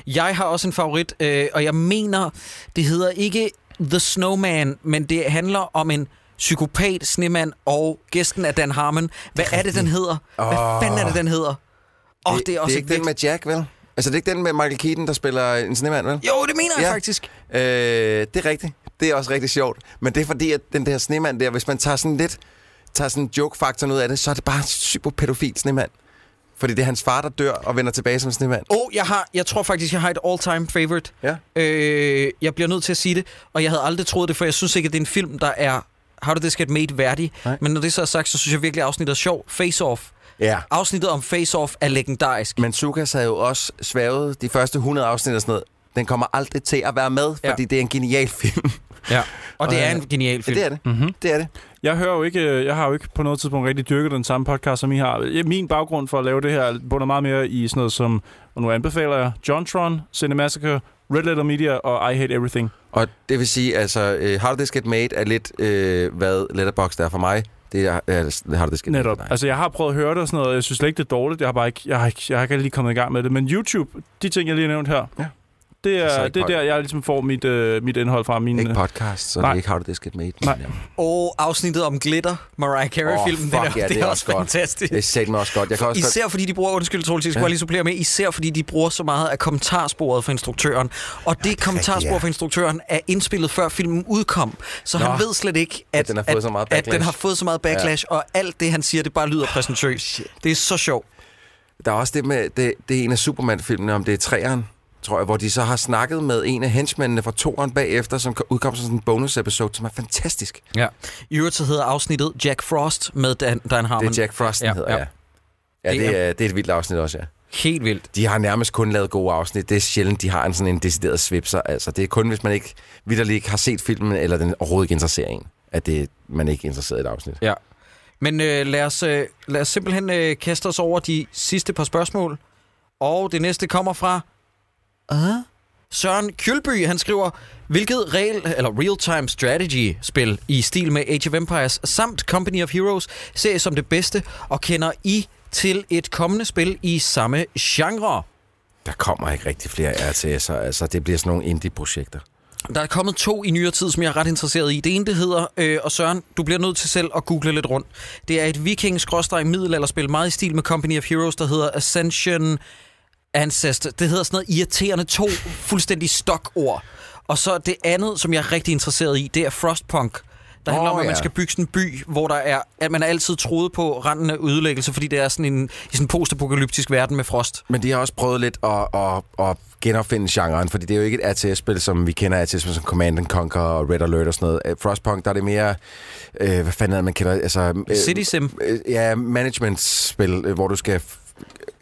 Jeg har også en favorit, øh, og jeg mener, det hedder ikke The Snowman, men det handler om en Psykopat, Snemand og gæsten af Dan Harmon. Hvad er det, den hedder? Hvad fanden er det, den hedder? Åh, oh, det er også
det
et
er ikke den
vildt-
med Jack, vel? Altså, det er ikke den med Michael Keaton, der spiller en snemand, vel?
Jo, det mener jeg
Ja.
faktisk.
Øh, det er rigtigt. Det er også rigtig sjovt. Men det er fordi, at den der snemand der, hvis man tager sådan lidt tager sådan joke-faktoren ud af det, så er det bare en super pædofil snemand. Fordi det er hans far, der dør og vender tilbage som snemand.
Åh, oh, jeg, har, jeg tror faktisk, jeg har et all-time favorite.
Ja.
Øh, jeg bliver nødt til at sige det, og jeg havde aldrig troet det, for jeg synes ikke, at det er en film, der er How Did This Get Made værdig.
Nej.
Men når det så er sagt, så synes jeg virkelig, at afsnittet er sjov. Face Off.
Ja.
Afsnittet om Face Off er legendarisk.
Men Sukas havde jo også svævet de første 100 afsnit og sådan noget. Den kommer aldrig til at være med,
Ja.
fordi det er en genial film.
Ja. Og det
Og,
er
øh,
en genial
Ja,
film.
det er det.
Mm-hmm.
Det er det.
Jeg hører jo ikke, øh, jeg har jo ikke på noget tidspunkt rigtig dyrket den samme podcast, som I har. Ja, Min baggrund for at lave det her bunder meget mere i sådan noget som, og nu anbefaler jeg, Jontron, Cinemassacre, Red Letter Media og I Hate Everything.
Og det vil sige, altså, uh, How Did This Get Made er lidt, uh, hvad Letterboxd er for mig. Det er uh, How Did This
Netop.
Get Made for dig.
Altså, jeg har prøvet at høre det og sådan noget, og jeg synes slet ikke, det er dårligt. Jeg har bare ikke, jeg har ikke, jeg har ikke lige kommet i gang med det. Men YouTube, de ting, jeg lige har nævnt her,
Ja.
det
Det er så
er,
ikke
det er
højt.
der, jeg ligesom får mit, øh, mit indhold fra. Mine,
Ikke podcast, så
Nej.
det er ikke How Did This Get Made.
Nej.
Men, øh, ja.
Og afsnittet om Glitter, Mariah Carey-filmen,
Åh,
oh,
fuck
det,
ja,
er, det er også
godt.
fantastisk.
Det er sæt mig også godt. Jeg kan også
Især fordi de bruger, undskyld Troels, jeg skulle
Ja.
bare lige supplere med, især fordi de bruger så meget af kommentarsporet for instruktøren. Og det, kommentarspor
ja.
for instruktøren er indspillet før filmen udkom, så
Nå.
han ved slet ikke, at,
den har fået
at,
så meget
at den
backlash. Ah,
har fået så meget backlash, og alt det, han siger, det bare lyder præsentøst. Det er så sjovt.
Der er også det med, det, det er en af Superman-filmene, om det er træeren, tror jeg, hvor de så har snakket med en af henchmændene fra toeren bagefter, som udkom som sådan en bonus-episode, som er fantastisk.
Ja. I øvrigt så hedder afsnittet Jack Frost med Dan, Dan Harmon.
det er Jack Frost, den
Ja,
ja, hedder,
ja.
ja. ja. Ja,
Det
det
er-
er, det er et vildt afsnit også, ja.
Helt vildt.
De har nærmest kun lavet gode afsnit. Det er sjældent, de har en sådan en decideret svipser. Altså, det er kun, hvis man ikke vidderligt ikke har set filmen, eller den overhovedet ikke interesserer en, at det, man ikke er interesseret i et afsnit.
Ja. Men øh, lad, os, øh, lad os simpelthen øh, kaste os over de sidste par spørgsmål. Og det næste kommer fra... Uh? Søren Kjølby, han skriver, hvilket real, eller real-time strategy-spil i stil med Age of Empires samt Company of Heroes ser I som det bedste, og kender I til et kommende spil i samme genre?
Der kommer ikke rigtig flere RTS'er. Altså, det bliver sådan nogle indie-projekter.
Der er kommet to i nyere tid, som jeg er ret interesseret i. Det ene, det hedder, øh, og Søren, du bliver nødt til selv at google lidt rundt. Det er et viking-middelalderspil, meget i stil med Company of Heroes, der hedder Ascension Ancestor. Det hedder sådan noget irriterende to fuldstændig stokord. Og så det andet, som jeg er rigtig interesseret i, det er Frostpunk. Der handler
Åh,
om, at man
ja.
skal bygge sådan en by, hvor der er, at man er altid troet på randen af ødelæggelse, fordi det er sådan en, i sådan en postapokalyptisk verden med frost.
Men de har også prøvet lidt at, at, at genopfinde genren, fordi det er jo ikke et RTS-spil, som vi kender RTS som Command and Conquer og Red Alert og sådan noget. Øh, Frostpunk, der er det mere, øh, hvad fanden er det, man kender? Altså, øh,
City Sim.
Øh, ja, management-spil, øh, hvor du skal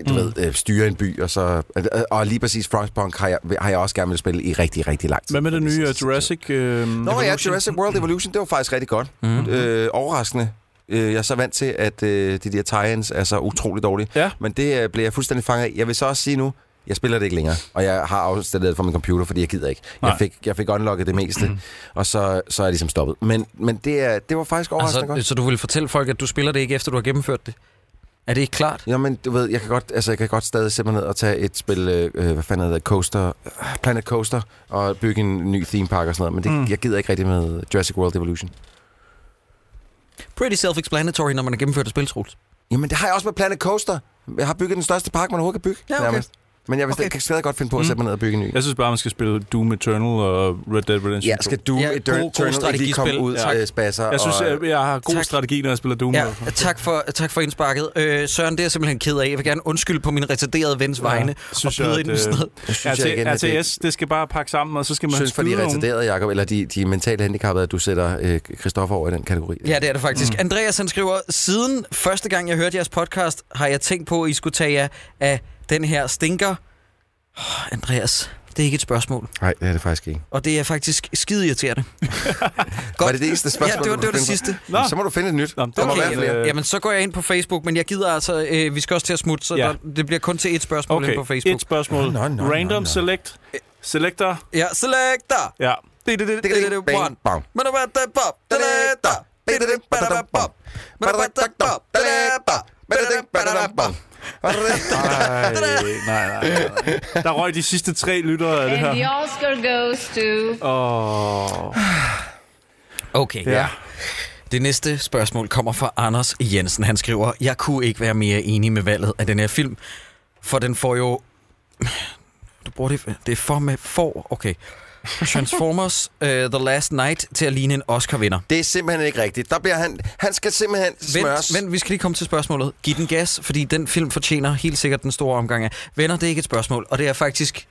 du mm. ved, øh, styre en by, og så... Øh, øh, og lige præcis Frostpunk har jeg, har jeg også gerne vil spille i rigtig, rigtig lang tid.
Hvad med det nye øh, Jurassic? Øh,
Nå ja, Jurassic World Evolution, det var faktisk rigtig godt.
Mhm.
Mm. Øh, overraskende. Øh, jeg er så vant til, at øh, de der tie-ins er så utrolig dårlige.
Ja.
Men det øh, blev jeg fuldstændig fanget af. Jeg vil så også sige nu, jeg spiller det ikke længere, og jeg har afstillet det fra min computer, fordi jeg gider ikke. Jeg
Nej.
fik, jeg fik unlocket det meste, og så, så er jeg ligesom stoppet. Men, men det, er, det var faktisk overraskende
Altså,
altså,
så du vil fortælle folk, at du spiller det ikke, efter du har gennemført det? Er det ikke klart?
godt. Jamen, du ved, jeg kan godt, altså, jeg kan godt stadig sætte mig ned og tage et spil, øh, øh, hvad fanden hedder det, Coaster, øh, Planet Coaster, og bygge en ny theme park og sådan noget, men det,
Mm.
mm. jeg gider ikke rigtig med Jurassic World Evolution.
pretty self-explanatory, når man har gennemført et spil, Troels.
Jamen, det har jeg også med Planet Coaster. Jeg har bygget den største park, man overhovedet kan bygge.
Ja, okay.
nærmest. Men jeg vil
Okay.
okay. stadig godt finde på at
Mm.
sætte mig ned og bygge en ny.
Jeg synes bare, man skal spille Doom Eternal og Red Dead Redemption
Ja,
2.
skal du
Ja,
ja,
god-
et Dirt
god
Eternal ikke lige komme
strategispil.
ud,
Tak.
ja. spasser?
Jeg synes,
og,
jeg, jeg har god
Tak.
tak. strategi, når jeg spiller Doom.
Ja, tak for, tak for indsparket. Øh, Søren, det er jeg simpelthen ked af. Jeg vil gerne undskylde på min retarderede vens ja, vegne.
synes
og
jeg,
byde
at,
ind med sådan
øh,
noget.
jeg synes, jeg igen, at
RTS,
det-
RTS, det skal bare pakke sammen, og så skal man
synes for
skyde
de
nogen.
retarderede, Jacob, eller de, de mentale handicappede, at du sætter øh, Christoffer over i den kategori.
Ja, det er det faktisk. Mm. Andreas han skriver, siden første gang, jeg hørte jeres podcast, har jeg tænkt på, at I skulle tage jer af den her stinker. Oh, Andreas, det er ikke et spørgsmål.
Nej, det er det faktisk ikke.
Og det er faktisk skide irriterende.
Godt. Var det det eneste spørgsmål,
Ja, det var
du
det, var det
kunne finde
sidste.
på? Så må du finde et nyt.
Nå, men det
Der må
var
være
Okay,
fint.
flere.
jamen, jamen, så går jeg ind på Facebook, men jeg gider altså, øh, vi skal også til at smutte, så ja.
Ja.
der, det bliver kun til et spørgsmål okay.
Okay,
ind på Facebook.
et spørgsmål.
Nå, nå, nå,
Random
nå.
select.
Øh.
Selector.
Ja, selector!
Ja.
Det er det, det er det, one.
Bang, bang.
Men hvad der pop, der er der. Det er det, der er pop. Men hvad der pop, der er der. Men det er der pop.
Ej, nej, nej, nej. Der røg de sidste tre lyttere af det
And the
her.
Oscar goes to.
Åh,
Okay,
ja.
ja. Det næste spørgsmål kommer fra Anders Jensen. Han skriver, jeg kunne ikke være mere enig med valget af den her film, for den får jo... Du bruger det, det er for med for, okay. Transformers uh, The Last Night til at ligne en Oscar-vinder.
Det er simpelthen ikke rigtigt. Der bliver han, han skal simpelthen smøres.
Vent, vent, vi skal lige komme til spørgsmålet. Giv den gas, fordi den film fortjener helt sikkert den store omgang af. Venner, det er ikke et spørgsmål, og det er faktisk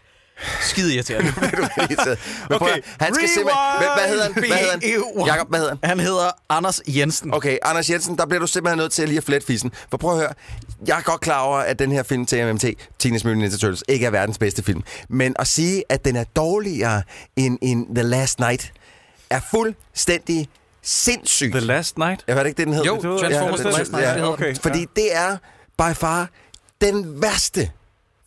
skide irriterende.
Men prøv,
Okay,
okay. han skal simpelthen... Hvad, hvad hedder han? Hvad hedder han? Jakob, hvad hedder han?
Han hedder Anders Jensen.
Okay, Anders Jensen, der bliver du simpelthen nødt til at lige at flette fissen. For prøv at høre, jeg er godt klar over, at den her film TMMT, Teenage Mutant Ninja Turtles, ikke er verdens bedste film. Men at sige, at den er dårligere end, end The Last Night, er fuldstændig sindssygt.
The Last Night?
Jeg ved ikke, det den hed.
Jo,
Det hedder-
Transformers
ja,
The
det-
Last Night, det hedder
okay.
Fordi
ja.
det er by far den værste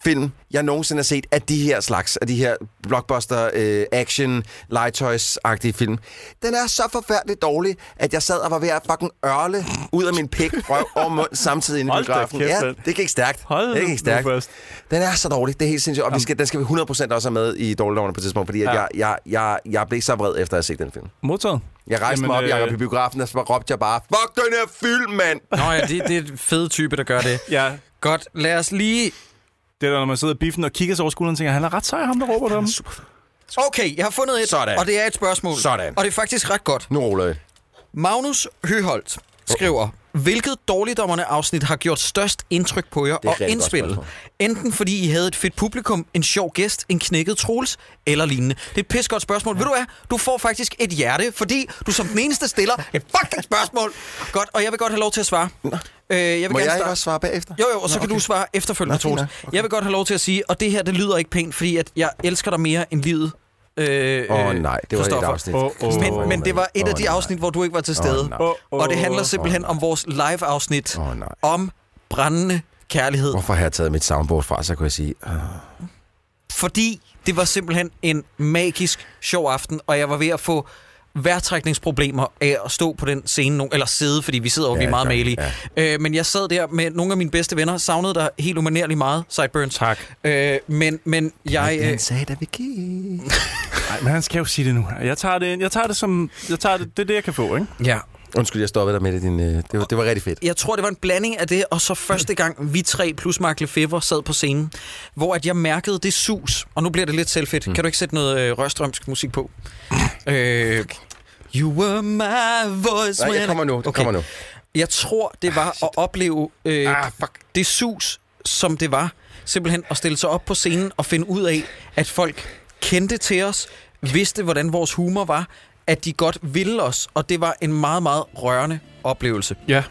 film, jeg nogensinde har set af de her slags, af de her blockbuster, øh, action, legetøjs-agtige film. Den er så forfærdeligt dårlig, at jeg sad og var ved at fucking ørle ud af min pik, røv og mund samtidig inde i
Hold da
biografen.
kæft,
Ja,
mand.
det gik stærkt.
Hold
det
nu
gik stærkt.
fast.
Den er så dårlig, det er helt sindssygt. Og vi skal, den skal vi 100% også have med i dårligdommerne på et tidspunkt, fordi ja.
Ja.
jeg, jeg, jeg, jeg blev så vred efter at have set den film.
Modtaget.
Jeg rejste Jamen, mig op,
øh,
Jacob, i biografen, og så råbte jeg bare, fuck den her film, mand!
Nå ja, det, det er en fed type, der gør det.
øh, Ja,
Godt, lad os lige...
det er der, når man sidder i biffen og kigger sig over skulderen og tænker, han er ret sej, ham der råber dem.
Okay, jeg har fundet et,
Sådan.
og det er et spørgsmål.
Sådan.
Og det er faktisk ret godt.
Nu ruller jeg.
Magnus Høholt skriver, hvilket dårligdommerne afsnit har gjort størst indtryk på jer
er
og
et rigtig godt
indspillet?
spørgsmål.
Enten fordi I havde et fedt publikum, en sjov gæst, en knækket trols eller lignende. Det er et pissegodt spørgsmål. Ja. Ved du hvad? Du får faktisk et hjerte, fordi du som den eneste stiller et fucking spørgsmål. Godt, og jeg vil godt have lov til at svare. Øh, jeg vil gerne
Må jeg
starte-
ikke også svare bagefter?
Jo, jo, og så Nå, kan du svare efterfølgende,
Nå, fint
Troels.
nok.
Okay. Jeg vil godt have lov til at sige, og det her, det lyder ikke pænt, fordi at jeg elsker dig mere end livet. Åh øh,
Åh
øh,
øh, nej, det var et
Christoffer.
afsnit.
Åh, åh.
Men, men det var et
Åh,
af de
nej.
afsnit, hvor du ikke var til stede.
Åh, nej.
Åh, åh.
Og det handler simpelthen om vores live-afsnit
Åh, nej.
om brændende kærlighed.
Hvorfor har jeg taget mit soundboard fra, så kunne jeg sige... øh,
Fordi det var simpelthen en magisk sjov aften, og jeg var ved at få værtrækningsproblemer af at stå på den scene, no- eller sidde, fordi vi sidder jo, ja, vi er
Ja,
meget
klar,
malige. Ja. Øh, men jeg sad der med nogle af mine bedste venner, savnede dig helt umanerligt meget, Sideburns.
Tak.
Øh, men, men jeg... Øh,
Han sagde, da vi gik.
Nej, men han skal jo sige det nu. Jeg tager det, jeg tager det som... Jeg tager det, det er det, jeg kan få, ikke?
ja,
Undskyld, jeg stoppede dig med det. Din, øh, det, var, det var rigtig fedt.
jeg tror, det var en blanding af det, og så første gang vi tre plus Mark Lefebvre sad på scenen, hvor at jeg mærkede det sus, og nu bliver det lidt selvfedt. Mm. Kan du ikke sætte noget øh, rørstrømsk musik på? øh, you were my voice
Nej,
when I-
jeg kommer nu. Det
Okay.
kommer nu. Ah,
Jeg tror, det var at opleve øh, ah, det sus, som det var. Simpelthen at stille sig op på scenen og finde ud af, at folk kendte til os, vidste, hvordan vores humor var, at de godt ville os, og det var en meget, meget rørende oplevelse.
Ja.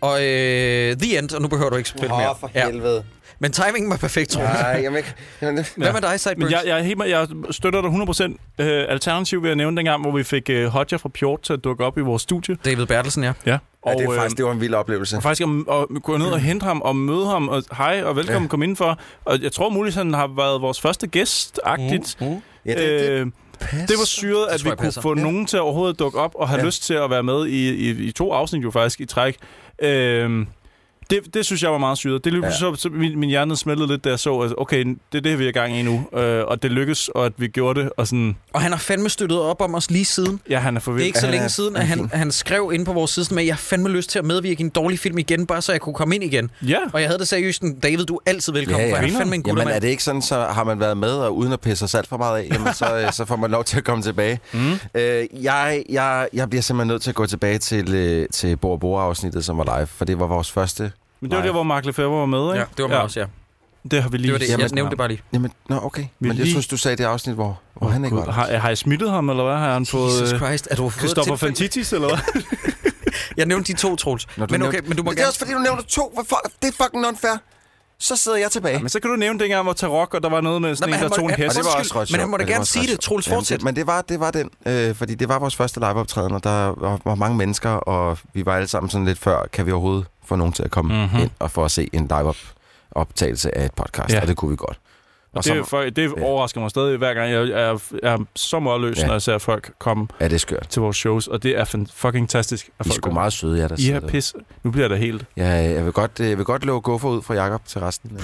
Og øh, the end, og nu behøver du ikke spille mere.
helvede.
Men timingen var perfekt, tror jeg.
Nej, jamen ikke. Jamen, det-
Hvad med dig, Sideburns?
Men jeg, jeg, er helt, med- jeg støtter dig 100%. Øh, alternativ vil jeg nævne dengang, hvor vi fik øh, Hodja fra Pjort til at dukke op i vores studie. øh,
David Bertelsen, ja.
Ja.
Ja, det, er faktisk, det var en vild oplevelse.
Og faktisk om- at gå ned og hente ham og møde ham og hej og velkommen, ja. kom indenfor. Og jeg tror muligvis, han har været vores første gæst-agtigt. Mm, mm.
Ja, det, det,
øh, det var syret, at
tror
vi
jeg
kunne
passer.
få nogen til at overhovedet dukke op og have ja. lyst til at være med i, i, i to afsnit jo faktisk i træk. Øhm, det, det synes jeg var meget syret. Det lykkedes ja. så, så min, min hjerne smeltede lidt, da jeg så, at okay, det er det, vi er i gang i nu. Øh, og det lykkedes, og at vi gjorde det. Og sådan,
Og han har fandme støttet op om os lige siden.
ja, han er forvildt.
Det er ikke så
Han
længe
er-
siden,
han
at
er
han,
fin.
han skrev ind på vores side, at jeg har fandme lyst til at medvirke i en dårlig film igen, bare så jeg kunne komme ind igen.
Ja.
Og jeg havde det seriøst, sådan, David, du er altid velkommen,
Ja,
ja, ja.
ja.
for han er fandme en
jamen, er
guttermand.
det ikke sådan, så har man været med, og uden at pisse sig alt for meget af, jamen, så, øh, så får man lov til at komme tilbage. Mm. Øh, jeg, jeg, jeg bliver simpelthen nødt til at gå tilbage til, øh, til Bor Bor-afsnittet, som var live, for det var vores første...
Men det var
Nej.
der, hvor Mark Lefebvre var med, ikke?
Ja, det var mig ja. også, ja.
Det har vi lige...
Det var det. Jeg
Jamen,
nævnte det bare lige.
Jamen, nå, okay.
Vi
Men jeg
lige-
synes, du sagde det afsnit, hvor, hvor han ikke var
Gud,
der.
har, har jeg smittet ham, eller hvad? Har han
Jesus
fået... øh,
Christ, er du overhovedet
Christoffer
tilfældig?
Fantitis, eller hvad?
Jeg nævnte de to, Troels.
Når du
Men okay,
nævnte-
men du må
det er
gerne...
også fordi, du nævner to. Hvor fuck, det er fucking unfair. Så sidder jeg tilbage.
Men så kan du nævne dengang, hvor Tarok, og der var noget med
Nå,
sådan
men
en,
han
der tog en
måtte-
hest.
han- undskyld, men han må da
sjovt.
gerne
var også
sige
ret
det. Troels,
sjovt.
fortsæt.
Jamen, det- Men det var, det var den, øh, fordi det var vores første liveoptræden, og der var, var mange mennesker, og vi var alle sammen sådan lidt før, kan vi overhovedet få nogen til at komme
Mhm.
mm-hmm. ind og få at se en live optagelse af et podcast,
Ja.
ja. og det kunne vi godt. Og
Det, er
så
for, det overrasker mig stadig hver gang. Jeg er, jeg er så målløs, ja.
Ja.
når jeg ser folk komme
er det skørt.
til vores shows, og det er fan- fucking fantastisk. at
I er
folk
sgu
kommer.
meget søde, jer der
I
sidder
er
derude.
pis. Nu bliver der helt.
Ja, jeg vil godt, øh, jeg vil godt love guffer ud fra Jakob til resten.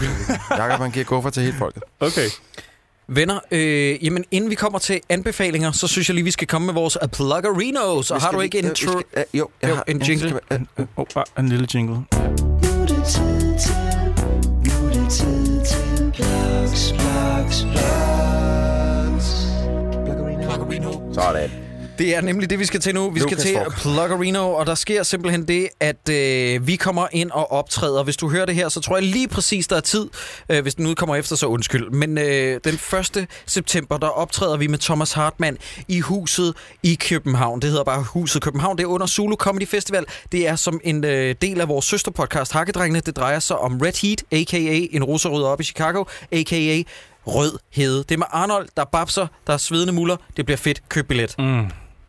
Jakob, han giver guffer til hele folket.
Okay.
Venner, øh, jamen inden vi kommer til anbefalinger, så synes jeg lige, vi skal komme med vores Pluggerino. Og har du
øh,
ikke en, tr-
Jo, jeg
Jo,
har
en jingle?
øh,
Oh, bare en lille jingle.
Sådan.
Det er nemlig det, vi skal til nu. Vi skal
Lucas
til
Rock.
Pluggerino, og der sker simpelthen det, at øh, vi kommer ind og optræder. Hvis du hører det her, så tror jeg lige præcis, der er tid. Øh, hvis den udkommer efter, så undskyld. Men øh, den 1. september, der optræder vi med Thomas Hartmann i huset i København. Det hedder bare Huset København. Det er under Zulu Comedy Festival. Det er som en øh, del af vores søsterpodcast Hakkedrengene. Det drejer sig om Red Heat, a.k.a. en russerød op i Chicago, a.k.a. Rød Hede. Det er med Arnold, der er babser, der er svedende muller. Det bliver fedt. Køb billet.
Mm.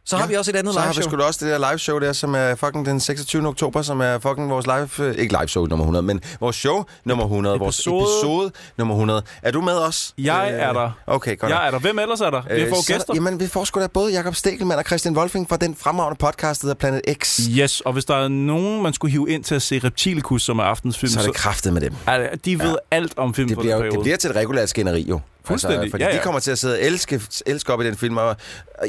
Så har vi også et andet
Så har
live
vi sgu
show.
da også det der live show der, som er fucking den 26. oktober, som er fucking vores live... øh, Ikke live show nummer 100, men vores show nummer 100.
Episode.
Vores episode nummer 100. Er du med os? Øh,
Jeg er der.
Okay, godt. nok.
Jeg er der. Hvem ellers er der? Vi
Øh,
får
så er der-
gæster.
Jamen, vi får sgu da både Jakob Stegelmann og Christian Wolfing fra den fremragende podcast, der hedder Planet X.
Yes, og hvis der er nogen, man skulle hive ind til at se Reptilicus, som er aftens film,
Så er
så,
det kraftet med dem.
altså, de ved alt om film
Det
fra
bliver,
den
jo- det
periode.
bliver til et regulært skænderi jo. Altså,
Fuldstændig,
fordi
ja,
de
ja.
kommer til at sidde og elske, elske op i den film. Og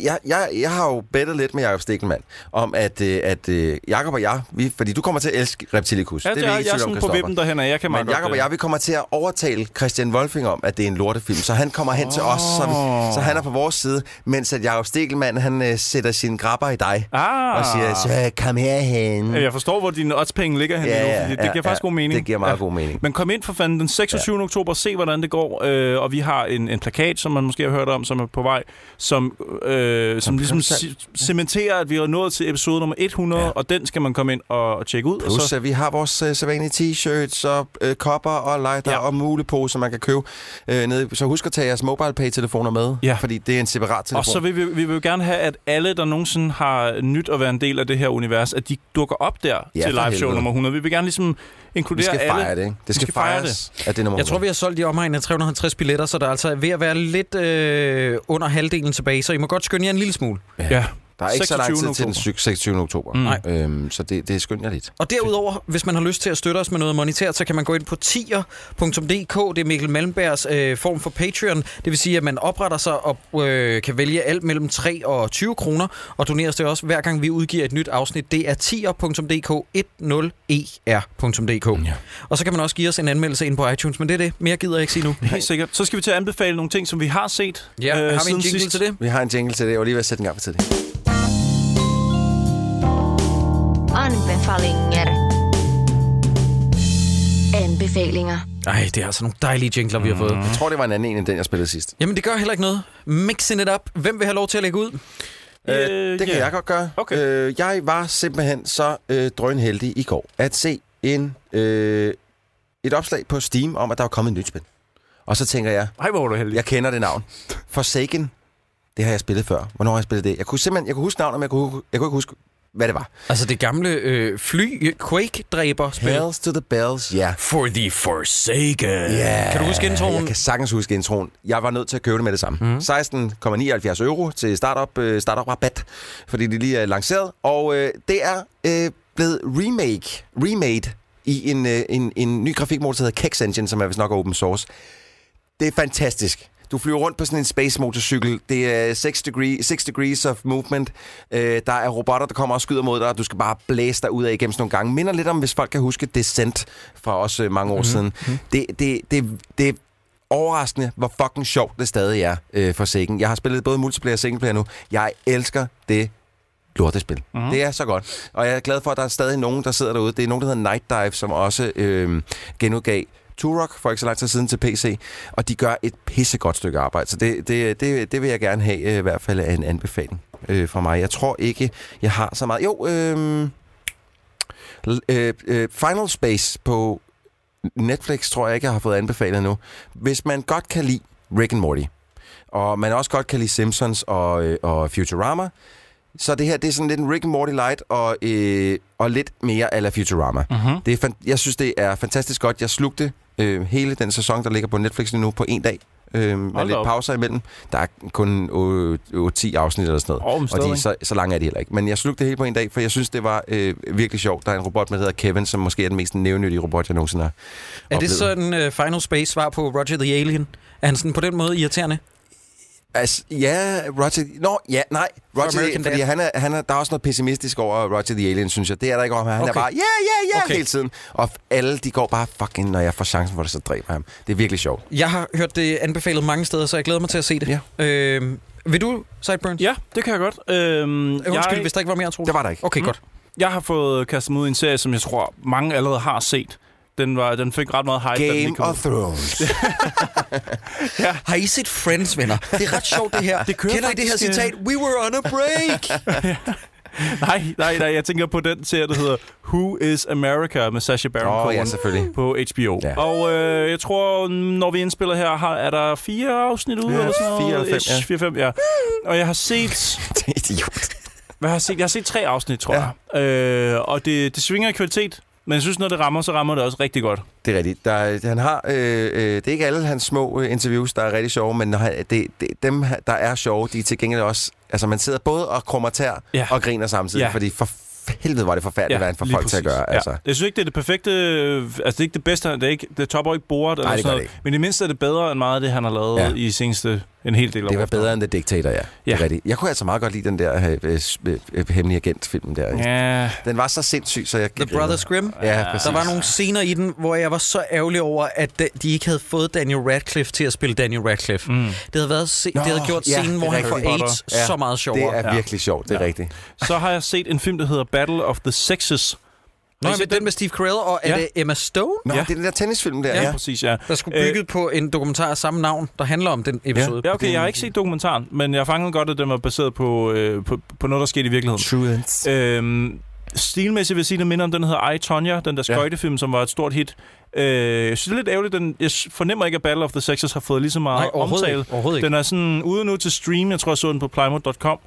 jeg, jeg, jeg har jo bettet lidt med Jacob Stikkelmann om, at, øh, at øh, Jacob og jeg, vi, fordi du kommer til at elske Reptilicus.
Ja,
det er vi
jeg,
ikke
jeg
i
er
tvivl om,
sådan på
Christoffer.
vippen derhen, og jeg kan meget
Men
godt øh,
Jacob og
det.
jeg, vi kommer til at overtale Christian Wolfing om, at det er en lortefilm. Så han kommer hen oh. til os, så, vi, så han er på vores side. Mens at Jacob Stikkelmann, han øh, sætter sine grabber i dig.
Ah.
Og siger, så kom herhen.
Ja, Jeg forstår, hvor dine oddspenge ligger henne
Ja,
nu,
ja,
fordi det
ja,
giver faktisk
ja.
god mening.
Det giver meget god mening.
Men kom ind for fanden den 26. Ja. oktober, se hvordan det går, øh, og vi har en, en plakat, som man måske har hørt om, som er på vej, som, øh, som ligesom
prøvsalg.
ci- cementerer, at vi er nået til episode nummer 100, ja. og den skal man komme ind og, og tjekke ud. og
Plus,
så,
at vi har vores øh, sædvanlige t-shirts og øh, kopper og lighter ja.
Ja.
og muleposer, man kan købe øh, nede. Så husk at tage jeres mobile pay-telefoner med,
Ja.
fordi det er en separat telefon.
og så vil vi, vi vil jo gerne have, at alle, der nogensinde har nyt at være en del af det her univers, at de dukker op der
Ja,
ja, til
for
live show
helvede.
nummer 100. Vi vil gerne ligesom inkludere
vi skal
alle.
fejre det, ikke? Det skal,
skal fejre
fejres, at det er nummer
Jeg tror,
100.
vi har solgt i omegnen af 350 billetter, så der er altså ved at være lidt øh, under halvdelen tilbage, så I må godt skynde jer en lille smule.
Ja.
Der er ikke så lang
26.
tid til den
oktober. Mm.
syg- 26. oktober,
Nej.
øhm, så det, det skynder jeg lidt.
Og derudover, hvis man har lyst til at støtte os med noget monetært, så kan man gå ind på tier.dk. Det er Mikkel Malmbergs øh, form for Patreon. Det vil sige, at man opretter sig og øh, kan vælge alt mellem 3 og 20 kroner. Og doneres det også, hver gang vi udgiver et nyt afsnit. Det er tier.dk, E 10er.dk. Ja. Og så kan man også give os en anmeldelse ind på iTunes. Men det er det. Mere gider jeg ikke sige nu.
Øh,
Helt sikkert. Så skal vi til at anbefale nogle ting, som vi har set
Ja, øh, har vi en
siden
jingle
sidst.
til det?
Vi har en jingle til det, og lige ved at sætte den gang for tidligt.
Anbefalinger. Anbefalinger.
Ej, det er altså nogle dejlige jingler, vi har fået.
Jeg tror, det var en anden en, end den, jeg spillede sidst.
Jamen, det gør heller ikke noget. Mixing it up. Hvem vil have lov til at lægge ud?
Øh, det
Øh,
kan
ja.
jeg godt gøre.
Okay.
Øh, jeg var simpelthen så øh, drønheldig i går at se en, øh, et opslag på Steam om, at der var kommet et nyt spil. Og så tænker jeg,
Ej, hvor var du heldig.
jeg kender det navn. Forsaken, det har jeg spillet før. Hvornår har jeg spillet det? Jeg kunne simpelthen jeg kunne huske navnet, men jeg kunne, jeg kunne ikke huske, hvad det var.
Altså det gamle øh, fly quake dræber spil.
Bells to the Bells, ja. Yeah.
For the Forsaken.
Ja,
Kan du huske introen?
Jeg kan sagtens huske introen. Jeg var nødt til at købe det med det samme. Mm. 16,79 euro til startup, øh, startup rabat, fordi det lige er lanceret. Og øh, det er øh, blevet remake, remade i en, øh, en, en ny grafikmotor, der hedder Kex Engine, som er vist nok open source. Det er fantastisk. Du flyver rundt på sådan en space-motorcykel. Det er 6, degree, 6 degrees of movement. Øh, der er robotter, der kommer og skyder mod dig, og du skal bare blæse dig ud af igennem sådan nogle gange. Minder lidt om, hvis folk kan huske Descent fra også øh, mange år mm-hmm. siden. Det, det, det, det er overraskende, hvor fucking sjovt det stadig er øh, for Sækken. Jeg har spillet både multiplayer og singleplayer nu. Jeg elsker det lortespil. Mm. Det er så godt. Og jeg er glad for, at der er stadig nogen, der sidder derude. Det er nogen, der hedder Night Dive, som også øh, genudgav Turok for ikke så lang tid siden til PC, og de gør et pissegodt stykke arbejde. Så det, det, det, det vil jeg gerne have øh, i hvert fald af en anbefaling øh, fra mig. Jeg tror ikke, jeg har så meget. Jo, øh, l- øh, øh, Final Space på Netflix tror jeg ikke, jeg har fået anbefalet endnu. Hvis man godt kan lide Rick and Morty, og man også godt kan lide Simpsons og, øh, og Futurama, så det her, det er sådan lidt en Rick and Morty light, og, øh, og lidt mere ala Futurama.
Mm-hmm.
Det er fan- jeg synes, det er fantastisk godt. Jeg slugte øh, hele den sæson, der ligger på Netflix lige nu, på en dag. Øh, med
Hold
lidt
da op.
pauser imellem. Der er kun øh, øh, 10 afsnit eller sådan noget.
Og,
Og de, så, så lange er de heller ikke. Men jeg slugte det hele på en dag, for jeg synes, det var øh, virkelig sjovt. Der er en robot, der hedder Kevin, som måske er den mest nævnyttige robot, jeg nogensinde har
er det øh,
oplevet.
sådan uh, Final Space svar på Roger the Alien? Er han sådan på den måde irriterende?
Altså, ja, Roger... Nå, ja, nej. Roger,
American
the, fordi
Dad.
han er, han er, der er også noget pessimistisk over Roger the Alien, synes jeg. Det er der ikke over ham. Han okay. er
Okay.
bare, ja, ja, ja,
Okay.
hele tiden. Og f- alle, de går bare, fucking, når jeg får chancen for det, så dræber jeg ham. Det er virkelig sjovt.
Jeg har hørt det anbefalet mange steder, så jeg glæder mig til at se det.
Ja.
Øh, vil du, Sideburns? Øh,
Ja, det kan jeg godt. Øhm,
Undskyld,
jeg,
hvis der ikke var mere at tro.
Det var der ikke.
Okay,
Mm.
mm. godt.
jeg har fået kastet mig ud i en serie, som jeg tror, mange allerede har set. Den, var, den fik ret meget hype. da den lige
Game
kom ud.
of Thrones.
Har I set Friends, venner? Det er ret sjovt, det her.
Det kører
Kender I det her
faktisk, øh,
citat? We were on a break!
Nej, nej, nej. Jeg tænker på den serie, der hedder Who is America med Sacha Baron
Åh, oh,
Cohen
ja, selvfølgelig.
på HBO.
Ja.
Ja. Og øh, jeg tror, når vi indspiller her, har, er der fire afsnit ude?
Ja,
eller sådan noget?
fire eller fem,
Ish,
ja.
Fire, fem, ja. Og jeg har set...
det er idiot.
Hvad har jeg set? Jeg har set tre afsnit, tror ja. jeg. Øh, og det, det svinger i kvalitet, men jeg synes, når det rammer, så rammer det også rigtig godt.
Det er rigtigt. Der, er- han har, øh, øh, det er ikke alle hans små øh, interviews, der er rigtig sjove, men når han, det, det, dem, der er sjove, de er til gengæld også... Altså, man sidder både og krummer tær ja.
Ja.
og griner samtidig, ja.
Ja.
fordi for helvede var det forfærdeligt, ja, hvad han får
lige
folk til at
præcis.
gøre. Altså.
Jeg synes ikke, det er det perfekte... Altså, det er ikke det bedste. Det, er ikke, det topper ikke bordet eller
Nej, det
sådan
gør
noget.
det
Men i det mindste er det bedre end meget af det, han har lavet
Ja.
ja. i seneste en hel del af
Det var
vores-
bedre end The Dictator, ja. ja. Det er
Ja.
rigtigt. Jeg kunne altså meget godt lide den der øh, øh, øh, hemmelige agent-film der. Ja.
Ja,
Den var så sindssyg, så jeg...
The Brothers Grimm.
Ja, præcis.
Der var nogle scener i den, hvor jeg var så ærgerlig over, at øh, de- de ikke havde fået Daniel Radcliffe til at spille Daniel Radcliffe. Mm. Det, havde været se-
Nå,
det havde gjort
ja,
scenen,
det
hvor
er
han får
rigtigt.
AIDS
Ja,
ja. så meget
Det
sjovere.
er virkelig sjovt, det er ja.
Ja.
rigtigt.
Så har jeg set en film, der hedder Battle of the Sexes.
Nå,
Har I
men
set
den med Steve Carell, og er
Ja.
det Emma Stone,
Nå, ja.
Ja.
det er den der tennisfilm der,
Ja,
ja.
ja, præcis, ja.
der skulle bygget øh. på en dokumentar af samme navn, der handler om den episode?
Ja, okay, jeg har ikke set dokumentaren, men jeg fangede godt, at den var baseret på, øh, på, på noget, der skete i virkeligheden.
Truants.
Øhm, stilmæssigt vil jeg sige, det minder om den, der hedder I, Tonya, den der
Ja.
skøjtefilm, som var et stort hit. Øh, jeg synes, det er lidt ærgerligt. Den, jeg fornemmer ikke, at Battle of the Sexes har fået lige så meget
Nej, overhovedet
omtale.
ikke. Overhovedet ikke.
Den er sådan ude nu til stream. Jeg tror, jeg så den på plymouth.com.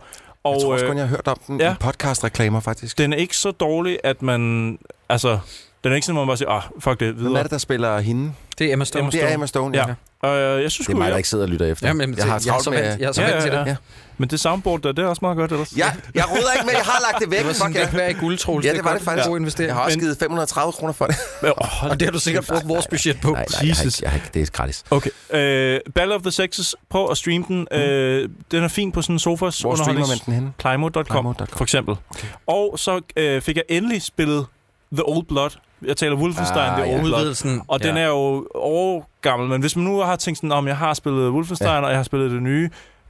Og
Jeg tror også
øh,
kun, jeg har hørt om den ja.
ja.
i podcast-reklamer, faktisk.
den er ikke så dårlig, at man... Altså, den er ikke sådan, at man bare siger, ah, fuck det,
Hvem er
videre.
det, der spiller hende?
Det er Emma Stone.
Det er Emma Stone, ja.
Ja. Øh, jeg synes
Det er
sgu,
mig, der
ja.
ikke sidder og lytter efter.
Jamen,
jeg har
jeg er
travlt
så
med...
vant, jeg er så
Ja,
vant
ja,
til det.
ja. Men det soundboard der, det er også meget godt ellers.
Ja, jeg ruder ikke med, jeg har lagt det væk.
Det var sådan
Fuck,
lidt
jeg,
værd i guld, Troels.
Ja, det var
er godt
det faktisk.
en god investering.
jeg har også
Men-
givet 530 kroner for det.
Men, åh,
Og det har du sikkert brugt vores budget på.
Nej, nej, jeg har, ikke, jeg har ikke, det er gratis.
Okay. Øh, Battle of the Sexes, prøv at streame den. Mm. Øh, den er fin på sådan en sofas
Hvor streamer man
underholdnings...
den henne?
Plymouth.com,
Plymouth.com.
for eksempel. Okay. Og så øh, fik jeg endelig spillet The Old Blood. Jeg taler Wolfenstein,
Ah,
ah, The
ja.
Old Blood.
Udvidelsen.
Og ja. den er jo overgammel, men hvis man nu har tænkt sådan, om jeg har spillet Wolfenstein,
Ja.
ja. og jeg har spillet det nye,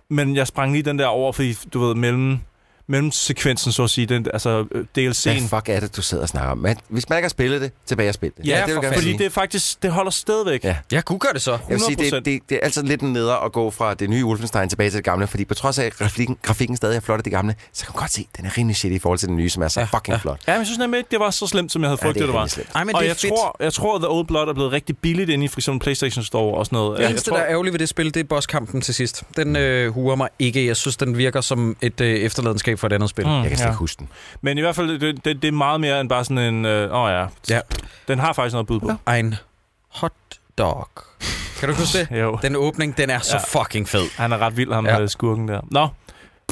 men jeg sprang lige den der over, fordi du ved, mellem, mellem sekvensen, så at sige, den, altså øh, DLC'en.
Hvad fuck er det, du sidder og snakker om? Man, hvis man ikke har spillet det, tilbage og spil det.
Ja,
det vil
ja
jeg gerne
for, fordi
sige.
det er faktisk, det holder stadigvæk.
Ja.
Jeg kunne gøre det så.
Jeg vil sige, det,
100%.
det, det er altid lidt en neder at gå fra det nye Wolfenstein tilbage til det gamle, fordi på trods af, at grafikken, grafikken stadig er flot af det gamle, så kan man godt se, at den er rimelig shit i forhold til den nye, som er så ja, fucking ja. flot.
Ja, men jeg synes nemlig ikke, det var så slemt, som jeg havde
Ja, det
frygtet,
er
det, det var.
rimelig slemt.
Ej, men
og
det er
jeg
fedt.
tror, jeg tror, at The Old Blood er blevet rigtig billigt inde i for eksempel PlayStation Store og sådan noget.
Det
Jeg
eneste,
tror,
der er ærgerligt ved det spil, det er bosskampen til sidst. Den øh, huer mig ikke. Jeg synes, den virker som et øh, efterladenskab for et andet spil. Mm.
Jeg kan slet
ja.
ikke huske den.
Men i hvert fald, det, det, det er meget mere end bare sådan en... Åh øh, oh ja.
Ja.
den har faktisk noget at byde på.
Ein hot dog. Kan du huske det?
Jo,
Den åbning, den er så
Ja.
fucking fed.
han er ret vild, ham
Ja.
ja. skurken der. Nå,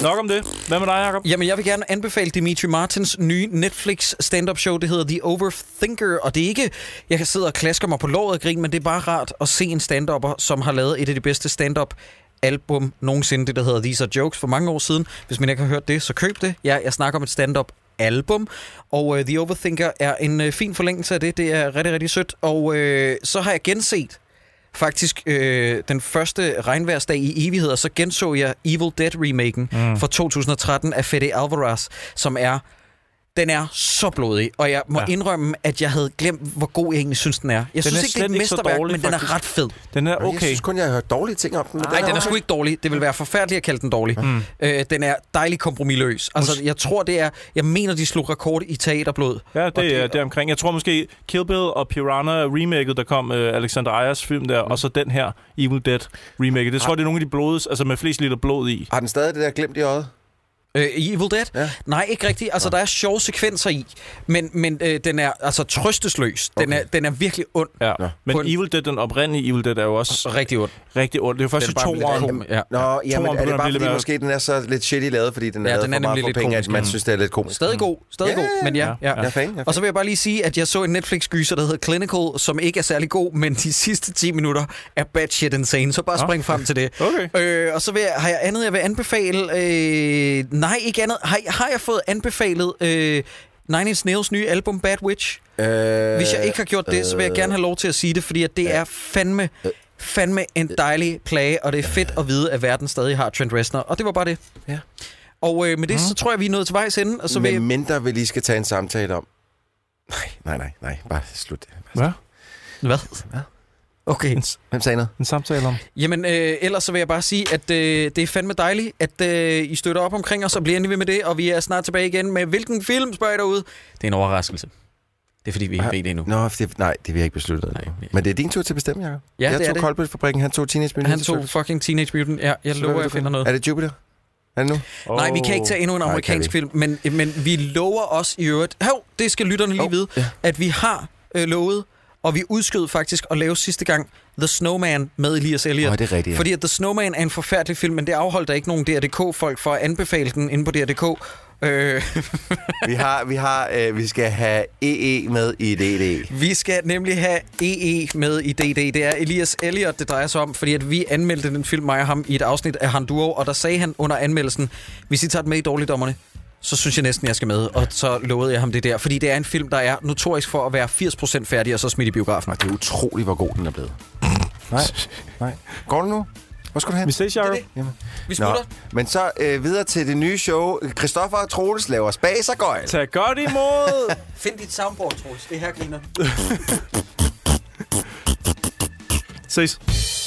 nok om det. Hvad med dig, Jacob?
Jamen, jeg vil gerne anbefale Dimitri Martins nye Netflix stand-up show. Det hedder The Overthinker, og det er ikke... Jeg kan sidde og klaske mig på låret og grine, men det er bare rart at se en stand-upper, som har lavet et af de bedste stand-up album nogensinde, det der hedder These Are Jokes for mange år siden. Hvis man ikke har hørt det, så køb det. Ja, jeg snakker om et stand-up album, og uh, The Overthinker er en uh, fin forlængelse af det. Det er rigtig, rigtig sødt. Og uh, så har jeg genset faktisk øh, den første regnværsdag i evigheder, så genså jeg Evil Dead-remaken mm. fra 2013 af Fede Alvarez, som er den er så blodig, og jeg må ja.
Ja.
indrømme, at jeg havde glemt, hvor god jeg egentlig synes, den er. Jeg den synes
er
ikke, det er
slet
et
ikke så
mesterværk,
dårlig,
men den er
faktisk.
ret fed.
Den er
Okay. Jeg
okay.
synes kun, jeg har hørt dårlige ting om den. men
Nej, den er
okay.
sgu ikke dårlig. Det vil være forfærdeligt at kalde den dårlig. Mm. Øh, den er dejlig kompromilløs. Altså, jeg tror, det er... Jeg mener, de slog rekord i teaterblod.
Ja,
Og det
det, er, det er omkring. Jeg tror måske Kill Bill og Piranha remaket, der kom øh, Alexander Ayers film der, og så den her Evil Dead remaket. Det tror jeg, det er nogle af de blodes, altså med flest liter blod i.
Har den stadig det der glemt i øjet?
Øh, i Evil Dead? Ja. Nej, ikke rigtigt. Altså, der er sjove sekvenser i, men, men øh, den er altså trøstesløs. Den, okay. er, den er virkelig ond.
Ja.
Nå.
Men
Kun-
Evil Dead, den oprindelige Evil Dead, er jo også
Rigtig ond.
rigtig ondt. Det er jo først i
Den er bare
to
lidt
år.
kom- ja.
Nå, ja,
Toren
men er
begynder
det
at
bare
blive
fordi,
lidt
måske den er så lidt shitty lavet, fordi den er
Ja,
ja, lavet
den
den
er
for meget
nemlig
for
lidt
penge, at
komisk,
man
mm.
synes, det er lidt komisk.
Stadig god, stadig
Ja,
god,
ja, ja.
men ja.
Ja,
ja.
Jeg er fan, jeg er
Og så vil jeg bare lige sige, at jeg så en Netflix-gyser, der hedder Clinical, som ikke er særlig god, men de sidste 10 minutter er batshit insane, så bare
Nå.
spring frem til det.
Okay.
Øh, og så vil jeg, har jeg andet, jeg vil anbefale... Øh, nej, ikke andet. Har, har jeg fået anbefalet øh, Nine Inch Nails nye album Bad Witch?
Øh,
Hvis jeg ikke har gjort det, så vil jeg gerne have lov til at sige det, fordi at det er fandme, fandme en dejlig plage, og det er fedt at vide, at verden stadig har Trent Reznor. Og det var bare det.
Ja.
Og øh, med det, så tror jeg, vi er nået til vejs ende, og så
Så
vil
med mindre vi lige skal tage en samtale om... Nej, nej, nej, nej. Bare slut.
Hvad?
Hvad? Okay.
En, s-
Hvem sagde noget?
en samtale om.
Jamen, øh, ellers så vil jeg bare sige, at øh, det er fandme dejligt, at øh, I støtter op omkring os, og bliver endelig ved med det, og vi er snart tilbage igen med, hvilken film spørger I derude? Det er en overraskelse. Det er fordi, vi ikke
Ej.
ved det endnu.
Nå, det, nej, det vil jeg ikke beslutte.
Nej,
endnu.
vi-
Men det er din tur til at bestemme, Jacob.
Ja,
jeg
det er
tog
det.
Koldbøl-fabrikken, han tog Teenage Mutant
Han
Ninja
tog
Turtles.
fucking Teenage Mutant. Ja, jeg
Så hvad
lover,
vil
jeg
du
finder noget.
Er det Jupiter? Er det nu?
Oh.
Nej, vi kan ikke tage endnu en
Nej,
amerikansk
kan
film, men, men vi lover også i øvrigt, hov, det skal lytterne lige
Hov,
vide,
ja.
at vi har øh, lovet, og vi udskød faktisk at lave sidste gang The Snowman med Elias Elliot.
Åh, det er rigtigt, ja.
Fordi at The Snowman er en forfærdelig film, men det afholdt der ikke nogen DRDK-folk for at anbefale den inde på DRDK. Øh,
vi har, vi, har, øh, vi skal have EE med i E DD.
vi skal nemlig have EE med i DD. Det er Elias Elliot, det drejer sig om, fordi at vi anmeldte den film, mig og ham, i et afsnit af Han Duo, og der sagde han under anmeldelsen, hvis I tager den med i Dårligdommerne, så synes jeg næsten, jeg skal med, og så lovede jeg ham det der. Fordi det er en film, der er notorisk for at være 80% færdig, og så smidt i biografen.
Og det er utroligt, hvor god den er blevet. nej, nej. Går du nu? Hvor skal du hen?
Vi ses, Jacob.
Jamen.
Vi
Nå,
smutter.
men så øh, videre til det nye show. Christoffer og Troels laver spasergøjl.
Tag godt imod.
Find dit soundboard, Troels. Det her griner.
ses.